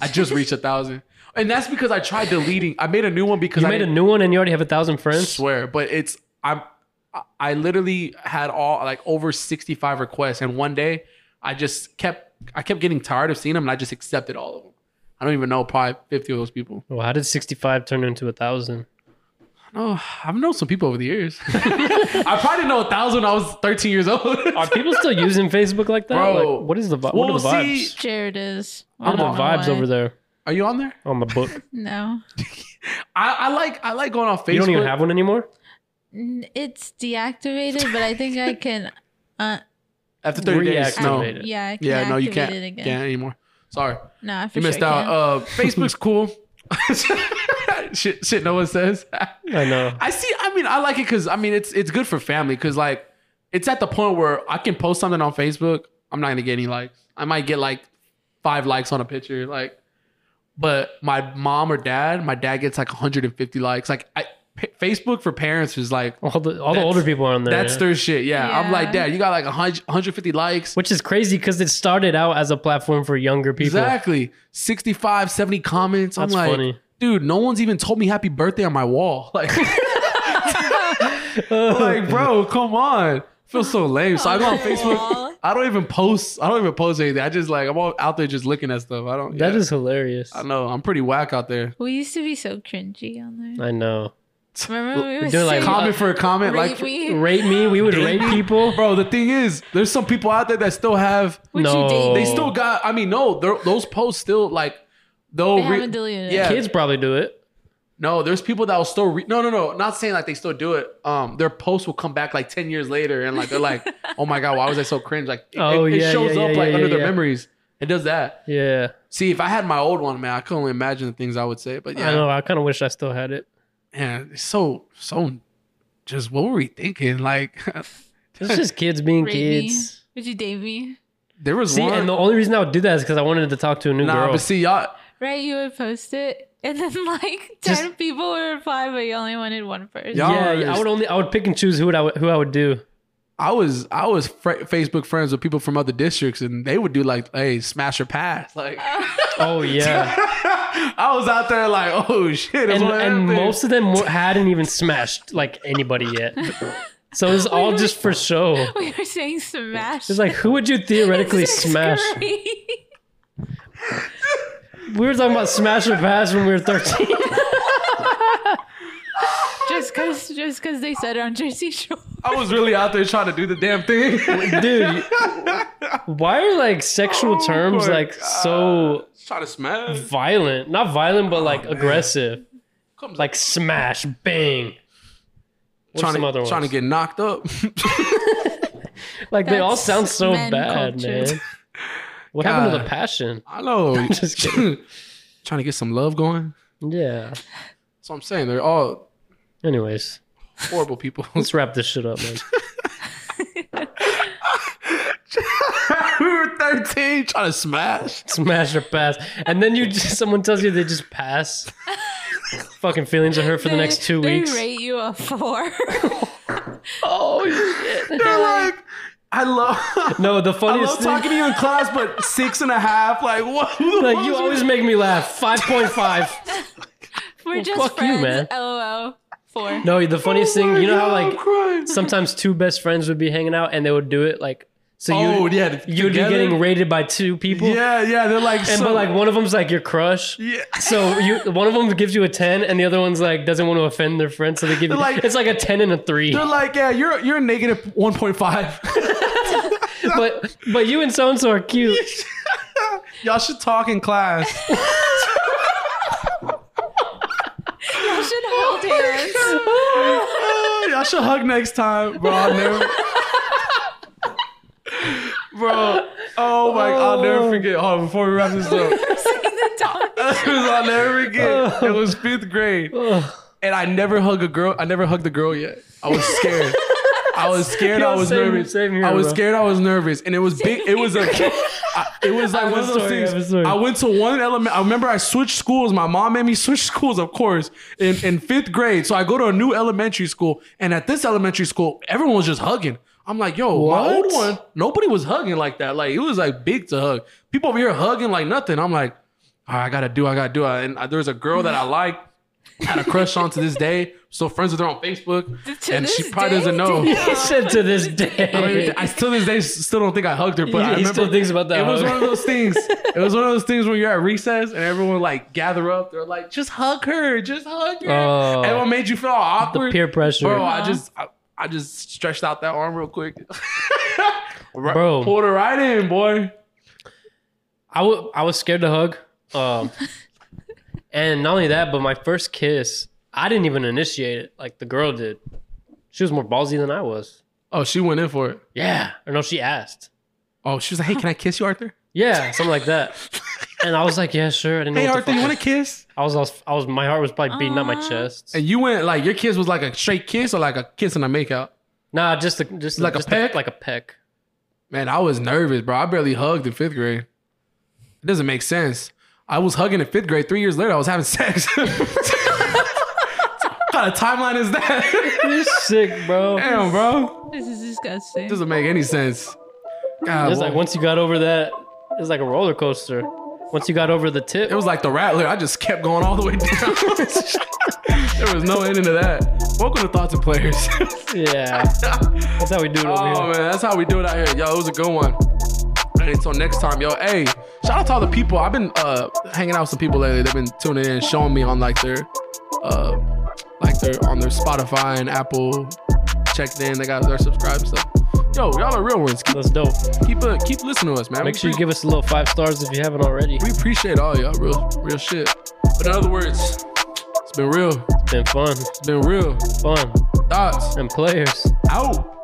[SPEAKER 1] I just reached a thousand, and that's because I tried deleting. I made a new one because
[SPEAKER 2] you
[SPEAKER 1] I
[SPEAKER 2] made a
[SPEAKER 1] didn't
[SPEAKER 2] new one and you already have a thousand friends.
[SPEAKER 1] swear, but it's I'm I- I literally had all like over sixty five requests, and one day I just kept I kept getting tired of seeing them, and I just accepted all of them. I don't even know probably fifty of those people.
[SPEAKER 2] Well, how did sixty-five turn into a thousand?
[SPEAKER 1] Oh, I've known some people over the years. I probably know a thousand. When I was thirteen years old.
[SPEAKER 2] Are people still using Facebook like that?
[SPEAKER 1] Bro.
[SPEAKER 2] Like, what is the vi-
[SPEAKER 1] Well,
[SPEAKER 2] what are the
[SPEAKER 1] see-
[SPEAKER 2] vibes?
[SPEAKER 3] Jared is.
[SPEAKER 2] What
[SPEAKER 1] I'm
[SPEAKER 2] are
[SPEAKER 1] on
[SPEAKER 2] the vibes over there
[SPEAKER 1] Are you on there?
[SPEAKER 2] on the book?
[SPEAKER 3] No,
[SPEAKER 1] I, I like I like going on Facebook.
[SPEAKER 2] You don't even have one anymore.
[SPEAKER 3] N- it's deactivated, but I think I can. Uh,
[SPEAKER 1] after thirty days. No,
[SPEAKER 2] Reactivate it.
[SPEAKER 3] yeah, I can
[SPEAKER 1] yeah,
[SPEAKER 3] activate
[SPEAKER 1] no, you can't
[SPEAKER 3] it again.
[SPEAKER 1] can't anymore. Sorry,
[SPEAKER 3] No, I for
[SPEAKER 1] you missed
[SPEAKER 3] sure
[SPEAKER 1] out. Uh,
[SPEAKER 3] can.
[SPEAKER 1] Facebook's cool. shit, shit, no one says.
[SPEAKER 2] I know.
[SPEAKER 1] I see. I mean, I like it because I mean, it's it's good for family because like it's at the point where I can post something on Facebook. I'm not gonna get any likes. I might get like five likes on a picture, like. But my mom or dad, my dad gets like 150 likes. Like I, pa- Facebook for parents is like
[SPEAKER 2] All the all the
[SPEAKER 1] That's-
[SPEAKER 2] older people are on there.
[SPEAKER 1] that's
[SPEAKER 2] yeah.
[SPEAKER 1] their shit. Yeah. I'm like,
[SPEAKER 3] Yeah.
[SPEAKER 1] dad, you got like 100, 150 likes.
[SPEAKER 2] which is crazy because it started out as a platform for younger people.
[SPEAKER 1] Exactly. 65, 70 comments. I'm
[SPEAKER 2] That's
[SPEAKER 1] like,
[SPEAKER 2] funny.
[SPEAKER 1] dude, no one's even told me happy birthday on my wall. Like,
[SPEAKER 2] Oh,
[SPEAKER 1] like, bro, come on. I feel so lame. So I go on Facebook. I don't even post. I don't even post anything. I just like I'm all out there just looking at stuff. I don't.
[SPEAKER 2] That
[SPEAKER 1] yeah.
[SPEAKER 2] is hilarious.
[SPEAKER 1] I know. I'm pretty whack out there.
[SPEAKER 3] We used to be so cringy on there.
[SPEAKER 2] I know.
[SPEAKER 3] Remember we were
[SPEAKER 2] doing, like,
[SPEAKER 3] saying,
[SPEAKER 1] Comment for a comment,
[SPEAKER 3] rate
[SPEAKER 1] like, for-
[SPEAKER 3] me?
[SPEAKER 2] Rate me. We would rate people.
[SPEAKER 1] bro. The thing is, there's some people out there that still have
[SPEAKER 3] Would you
[SPEAKER 2] no,
[SPEAKER 3] date
[SPEAKER 1] They still got. I mean, no, they're- those posts still like. They'll
[SPEAKER 3] They haven't deleted it.
[SPEAKER 1] Yeah,
[SPEAKER 2] kids probably do it.
[SPEAKER 1] no, there's people that will still. Re- no, no, no. Not saying like they still do it. Um, their posts will come back like ten years later, and like they're like, "Oh my god, why was I so cringe?" Like, it-
[SPEAKER 2] Oh,
[SPEAKER 1] it, it
[SPEAKER 2] yeah,
[SPEAKER 1] shows
[SPEAKER 2] yeah,
[SPEAKER 1] up
[SPEAKER 2] yeah,
[SPEAKER 1] like
[SPEAKER 2] yeah,
[SPEAKER 1] under their
[SPEAKER 2] yeah.
[SPEAKER 1] memories. It does that.
[SPEAKER 2] Yeah.
[SPEAKER 1] See, if I had my old one, man, I could only imagine the things I would say. But
[SPEAKER 2] I
[SPEAKER 1] yeah,
[SPEAKER 2] know. I kind of wish I still had it.
[SPEAKER 1] man, it's so so. Just what were we thinking? Like,
[SPEAKER 2] It's just kids being
[SPEAKER 3] Rate me.
[SPEAKER 2] kids.
[SPEAKER 3] Would you date me?
[SPEAKER 1] there was
[SPEAKER 2] See,
[SPEAKER 1] one.
[SPEAKER 2] and the only reason I would do that is because I wanted to talk to a new
[SPEAKER 1] nah,
[SPEAKER 2] girl.
[SPEAKER 1] but see, y'all.
[SPEAKER 3] Right, you would post it, and then like ten
[SPEAKER 2] Just-
[SPEAKER 3] people would reply, but you only wanted one person.
[SPEAKER 1] Y'all-
[SPEAKER 2] yeah, yeah, I would only I would pick and choose who would I would, who I would do.
[SPEAKER 1] I was I was fr- Facebook friends with people from other districts, and they would do like, "Hey, smash or pass." Like,
[SPEAKER 2] Oh yeah,
[SPEAKER 1] I was out there like, "Oh shit!" that's
[SPEAKER 2] and,
[SPEAKER 1] one of them
[SPEAKER 2] and
[SPEAKER 1] things."
[SPEAKER 2] most of them wa- hadn't even smashed like anybody yet. So it was all just for show.
[SPEAKER 3] We were saying smash.
[SPEAKER 2] It's like who would you theoretically
[SPEAKER 3] Sixth
[SPEAKER 2] smash?
[SPEAKER 3] grade.
[SPEAKER 2] We were talking about smash or pass when we were thirteen.
[SPEAKER 3] just because, just because they said it on Jersey Shore.
[SPEAKER 1] I was really out there trying to do the damn thing.
[SPEAKER 2] Dude, why are like sexual
[SPEAKER 1] Oh
[SPEAKER 2] terms
[SPEAKER 1] my
[SPEAKER 2] like so
[SPEAKER 1] trying to smash.
[SPEAKER 2] violent? Not violent,
[SPEAKER 1] Oh,
[SPEAKER 2] but like aggressive.
[SPEAKER 1] Comes
[SPEAKER 2] Like smash, bang. What's
[SPEAKER 1] trying
[SPEAKER 2] some
[SPEAKER 1] to,
[SPEAKER 2] other
[SPEAKER 1] trying to
[SPEAKER 2] ones?
[SPEAKER 1] get knocked up.
[SPEAKER 2] Like they all
[SPEAKER 3] That's
[SPEAKER 2] sound so
[SPEAKER 3] men
[SPEAKER 2] bad,
[SPEAKER 3] culture.
[SPEAKER 2] man. What happened to the
[SPEAKER 1] God.
[SPEAKER 2] passion?
[SPEAKER 1] I know.
[SPEAKER 2] Just kidding.
[SPEAKER 1] trying to get some love going.
[SPEAKER 2] Yeah.
[SPEAKER 1] That's what I'm saying. They're all
[SPEAKER 2] Anyways,
[SPEAKER 1] horrible people.
[SPEAKER 2] let's wrap this shit up, man.
[SPEAKER 1] we were 13 trying to smash.
[SPEAKER 2] Smash or pass, and then you just, someone tells you they just pass. Fucking feelings are hurt for the
[SPEAKER 3] They-
[SPEAKER 2] next two
[SPEAKER 3] they
[SPEAKER 2] weeks.
[SPEAKER 3] rate you a four.
[SPEAKER 1] Oh shit! They're like, I love.
[SPEAKER 2] No, the
[SPEAKER 1] I
[SPEAKER 2] funniest
[SPEAKER 1] love
[SPEAKER 2] thing.
[SPEAKER 1] talking to you in class, but six and a half. Like what? Who the
[SPEAKER 2] Like
[SPEAKER 1] fuck
[SPEAKER 2] you
[SPEAKER 1] is-
[SPEAKER 2] always make me laugh. Five point five.
[SPEAKER 3] we're
[SPEAKER 2] Well,
[SPEAKER 3] just
[SPEAKER 2] fuck you, man.
[SPEAKER 3] friends. LOL. Four.
[SPEAKER 2] No, the funniest
[SPEAKER 1] Oh
[SPEAKER 2] thing.
[SPEAKER 1] my
[SPEAKER 2] You know how
[SPEAKER 1] God, I'm
[SPEAKER 2] like
[SPEAKER 1] crying.
[SPEAKER 2] sometimes two best friends would be hanging out and they would do it like So
[SPEAKER 1] oh
[SPEAKER 2] you,
[SPEAKER 1] yeah,
[SPEAKER 2] you'd
[SPEAKER 1] together?
[SPEAKER 2] be getting rated by two people.
[SPEAKER 1] Yeah, yeah, they're like,
[SPEAKER 2] And
[SPEAKER 1] so,
[SPEAKER 2] but like one of them's like your crush.
[SPEAKER 1] yeah.
[SPEAKER 2] So you one of them gives you a ten, and the other one's like doesn't want to offend their friend, so they give you
[SPEAKER 1] Like-
[SPEAKER 2] it's like a ten and a three.
[SPEAKER 1] They're like, yeah, you're you're a negative one point five.
[SPEAKER 2] But but you and so and so are cute.
[SPEAKER 1] Y'all should talk in class.
[SPEAKER 3] You should hold hands.
[SPEAKER 1] Oh, Y'all should hug next time, bro. I'll never. bro, oh my! I'll never forget. Hold on, before we wrap this up, I'll never
[SPEAKER 2] Oh.
[SPEAKER 1] forget. It was fifth grade,
[SPEAKER 2] Ugh.
[SPEAKER 1] and I never hug a girl. I never hugged a girl yet. I was scared. I was scared. I
[SPEAKER 2] Yo,
[SPEAKER 1] was
[SPEAKER 2] same-
[SPEAKER 1] nervous.
[SPEAKER 2] same here,
[SPEAKER 1] I was
[SPEAKER 2] bro.
[SPEAKER 1] scared. I was nervous, and it was big. It was a. I- it was like
[SPEAKER 2] have
[SPEAKER 1] one
[SPEAKER 2] a
[SPEAKER 1] of those
[SPEAKER 2] story, I have a
[SPEAKER 1] things.
[SPEAKER 2] story.
[SPEAKER 1] I went to one element. I remember I switched schools. My mom made me switch schools, of course, in, in fifth grade. So I go to a new elementary school, and at this elementary school, everyone was just hugging. I'm like, yo, my old
[SPEAKER 2] What?
[SPEAKER 1] one, nobody was hugging like that. Like it was like big to hug. People over here hugging like nothing. I'm like, all right, I gotta do, I gotta do. And I, there was a girl that I like, had a crush on to this day. Still friends with her on Facebook,
[SPEAKER 3] To
[SPEAKER 1] and she
[SPEAKER 3] this
[SPEAKER 1] probably
[SPEAKER 3] day?
[SPEAKER 1] doesn't know.
[SPEAKER 2] he said to this day.
[SPEAKER 1] I, mean, I still this day still don't think I hugged her, but
[SPEAKER 2] He-
[SPEAKER 1] I
[SPEAKER 2] he
[SPEAKER 1] remember
[SPEAKER 2] still thinks about that
[SPEAKER 1] It was
[SPEAKER 2] hug.
[SPEAKER 1] one of those things. It was one of those things when you're at recess and everyone like gather up. They're like, just hug her, just hug her.
[SPEAKER 2] Oh.
[SPEAKER 1] everyone made you feel awkward.
[SPEAKER 2] the peer pressure.
[SPEAKER 1] Bro, I
[SPEAKER 3] Aw.
[SPEAKER 1] just I, I just stretched out that arm real quick. Right-
[SPEAKER 2] Bro.
[SPEAKER 1] pulled her right in, boy.
[SPEAKER 2] I wa- I was scared to hug. Um, and not only that, but my first kiss, I didn't even initiate it like the girl did. She was more ballsy than I was.
[SPEAKER 1] Oh, she went in for it.
[SPEAKER 2] Yeah. Or no, she asked.
[SPEAKER 1] Oh, she was like, hey, can I kiss you, Arthur?
[SPEAKER 2] Yeah, something like that. And I was like, yeah, sure. I didn't know
[SPEAKER 1] Hey,
[SPEAKER 2] what the
[SPEAKER 1] Arthur, you
[SPEAKER 2] fuck-
[SPEAKER 1] want to kiss? Uh-huh.
[SPEAKER 2] I was, I was, I was, my heart was probably beating out my
[SPEAKER 3] Aw.
[SPEAKER 2] chest.
[SPEAKER 1] And you went like your kiss was like a straight kiss or like a kiss and a makeout.
[SPEAKER 2] Nah, just the, just the-
[SPEAKER 1] Like a
[SPEAKER 2] just
[SPEAKER 1] peck?
[SPEAKER 2] the, like a peck.
[SPEAKER 1] Man, I was nervous, bro. I barely hugged in fifth grade. It doesn't make sense. I was hugging in fifth grade. Three years later, I was having sex. what kind of timeline is that?
[SPEAKER 2] You're sick, bro.
[SPEAKER 1] Damn, bro.
[SPEAKER 3] This is disgusting.
[SPEAKER 1] Doesn't make any sense. God,
[SPEAKER 2] It's
[SPEAKER 1] well,
[SPEAKER 2] like once you got over that, it's like a roller coaster. Once you got over the tip,
[SPEAKER 1] it was like the rattler. I just kept going all the way down. there was no ending to that. Welcome to Thoughts and Players.
[SPEAKER 2] yeah. That's how we do it over
[SPEAKER 1] Oh
[SPEAKER 2] here.
[SPEAKER 1] man, that's how we do it out here. Yo, it was a good one. And until next time, yo, hey, shout out to all the people. I've been uh hanging out with some people lately. They've been tuning in, showing me on like their uh like their on their Spotify and Apple checked in, they got their subscribe and stuff. Yo, y'all are real ones. Keep
[SPEAKER 2] That's dope.
[SPEAKER 1] keep uh, keep listening to us, man.
[SPEAKER 2] Make
[SPEAKER 1] We
[SPEAKER 2] sure you give us a little five stars if you haven't already.
[SPEAKER 1] pre- we appreciate all y'all, real real shit. But in other words, it's been real.
[SPEAKER 2] It's been fun,
[SPEAKER 1] It's been real.
[SPEAKER 2] fun,
[SPEAKER 1] Thoughts
[SPEAKER 2] and players.
[SPEAKER 1] out.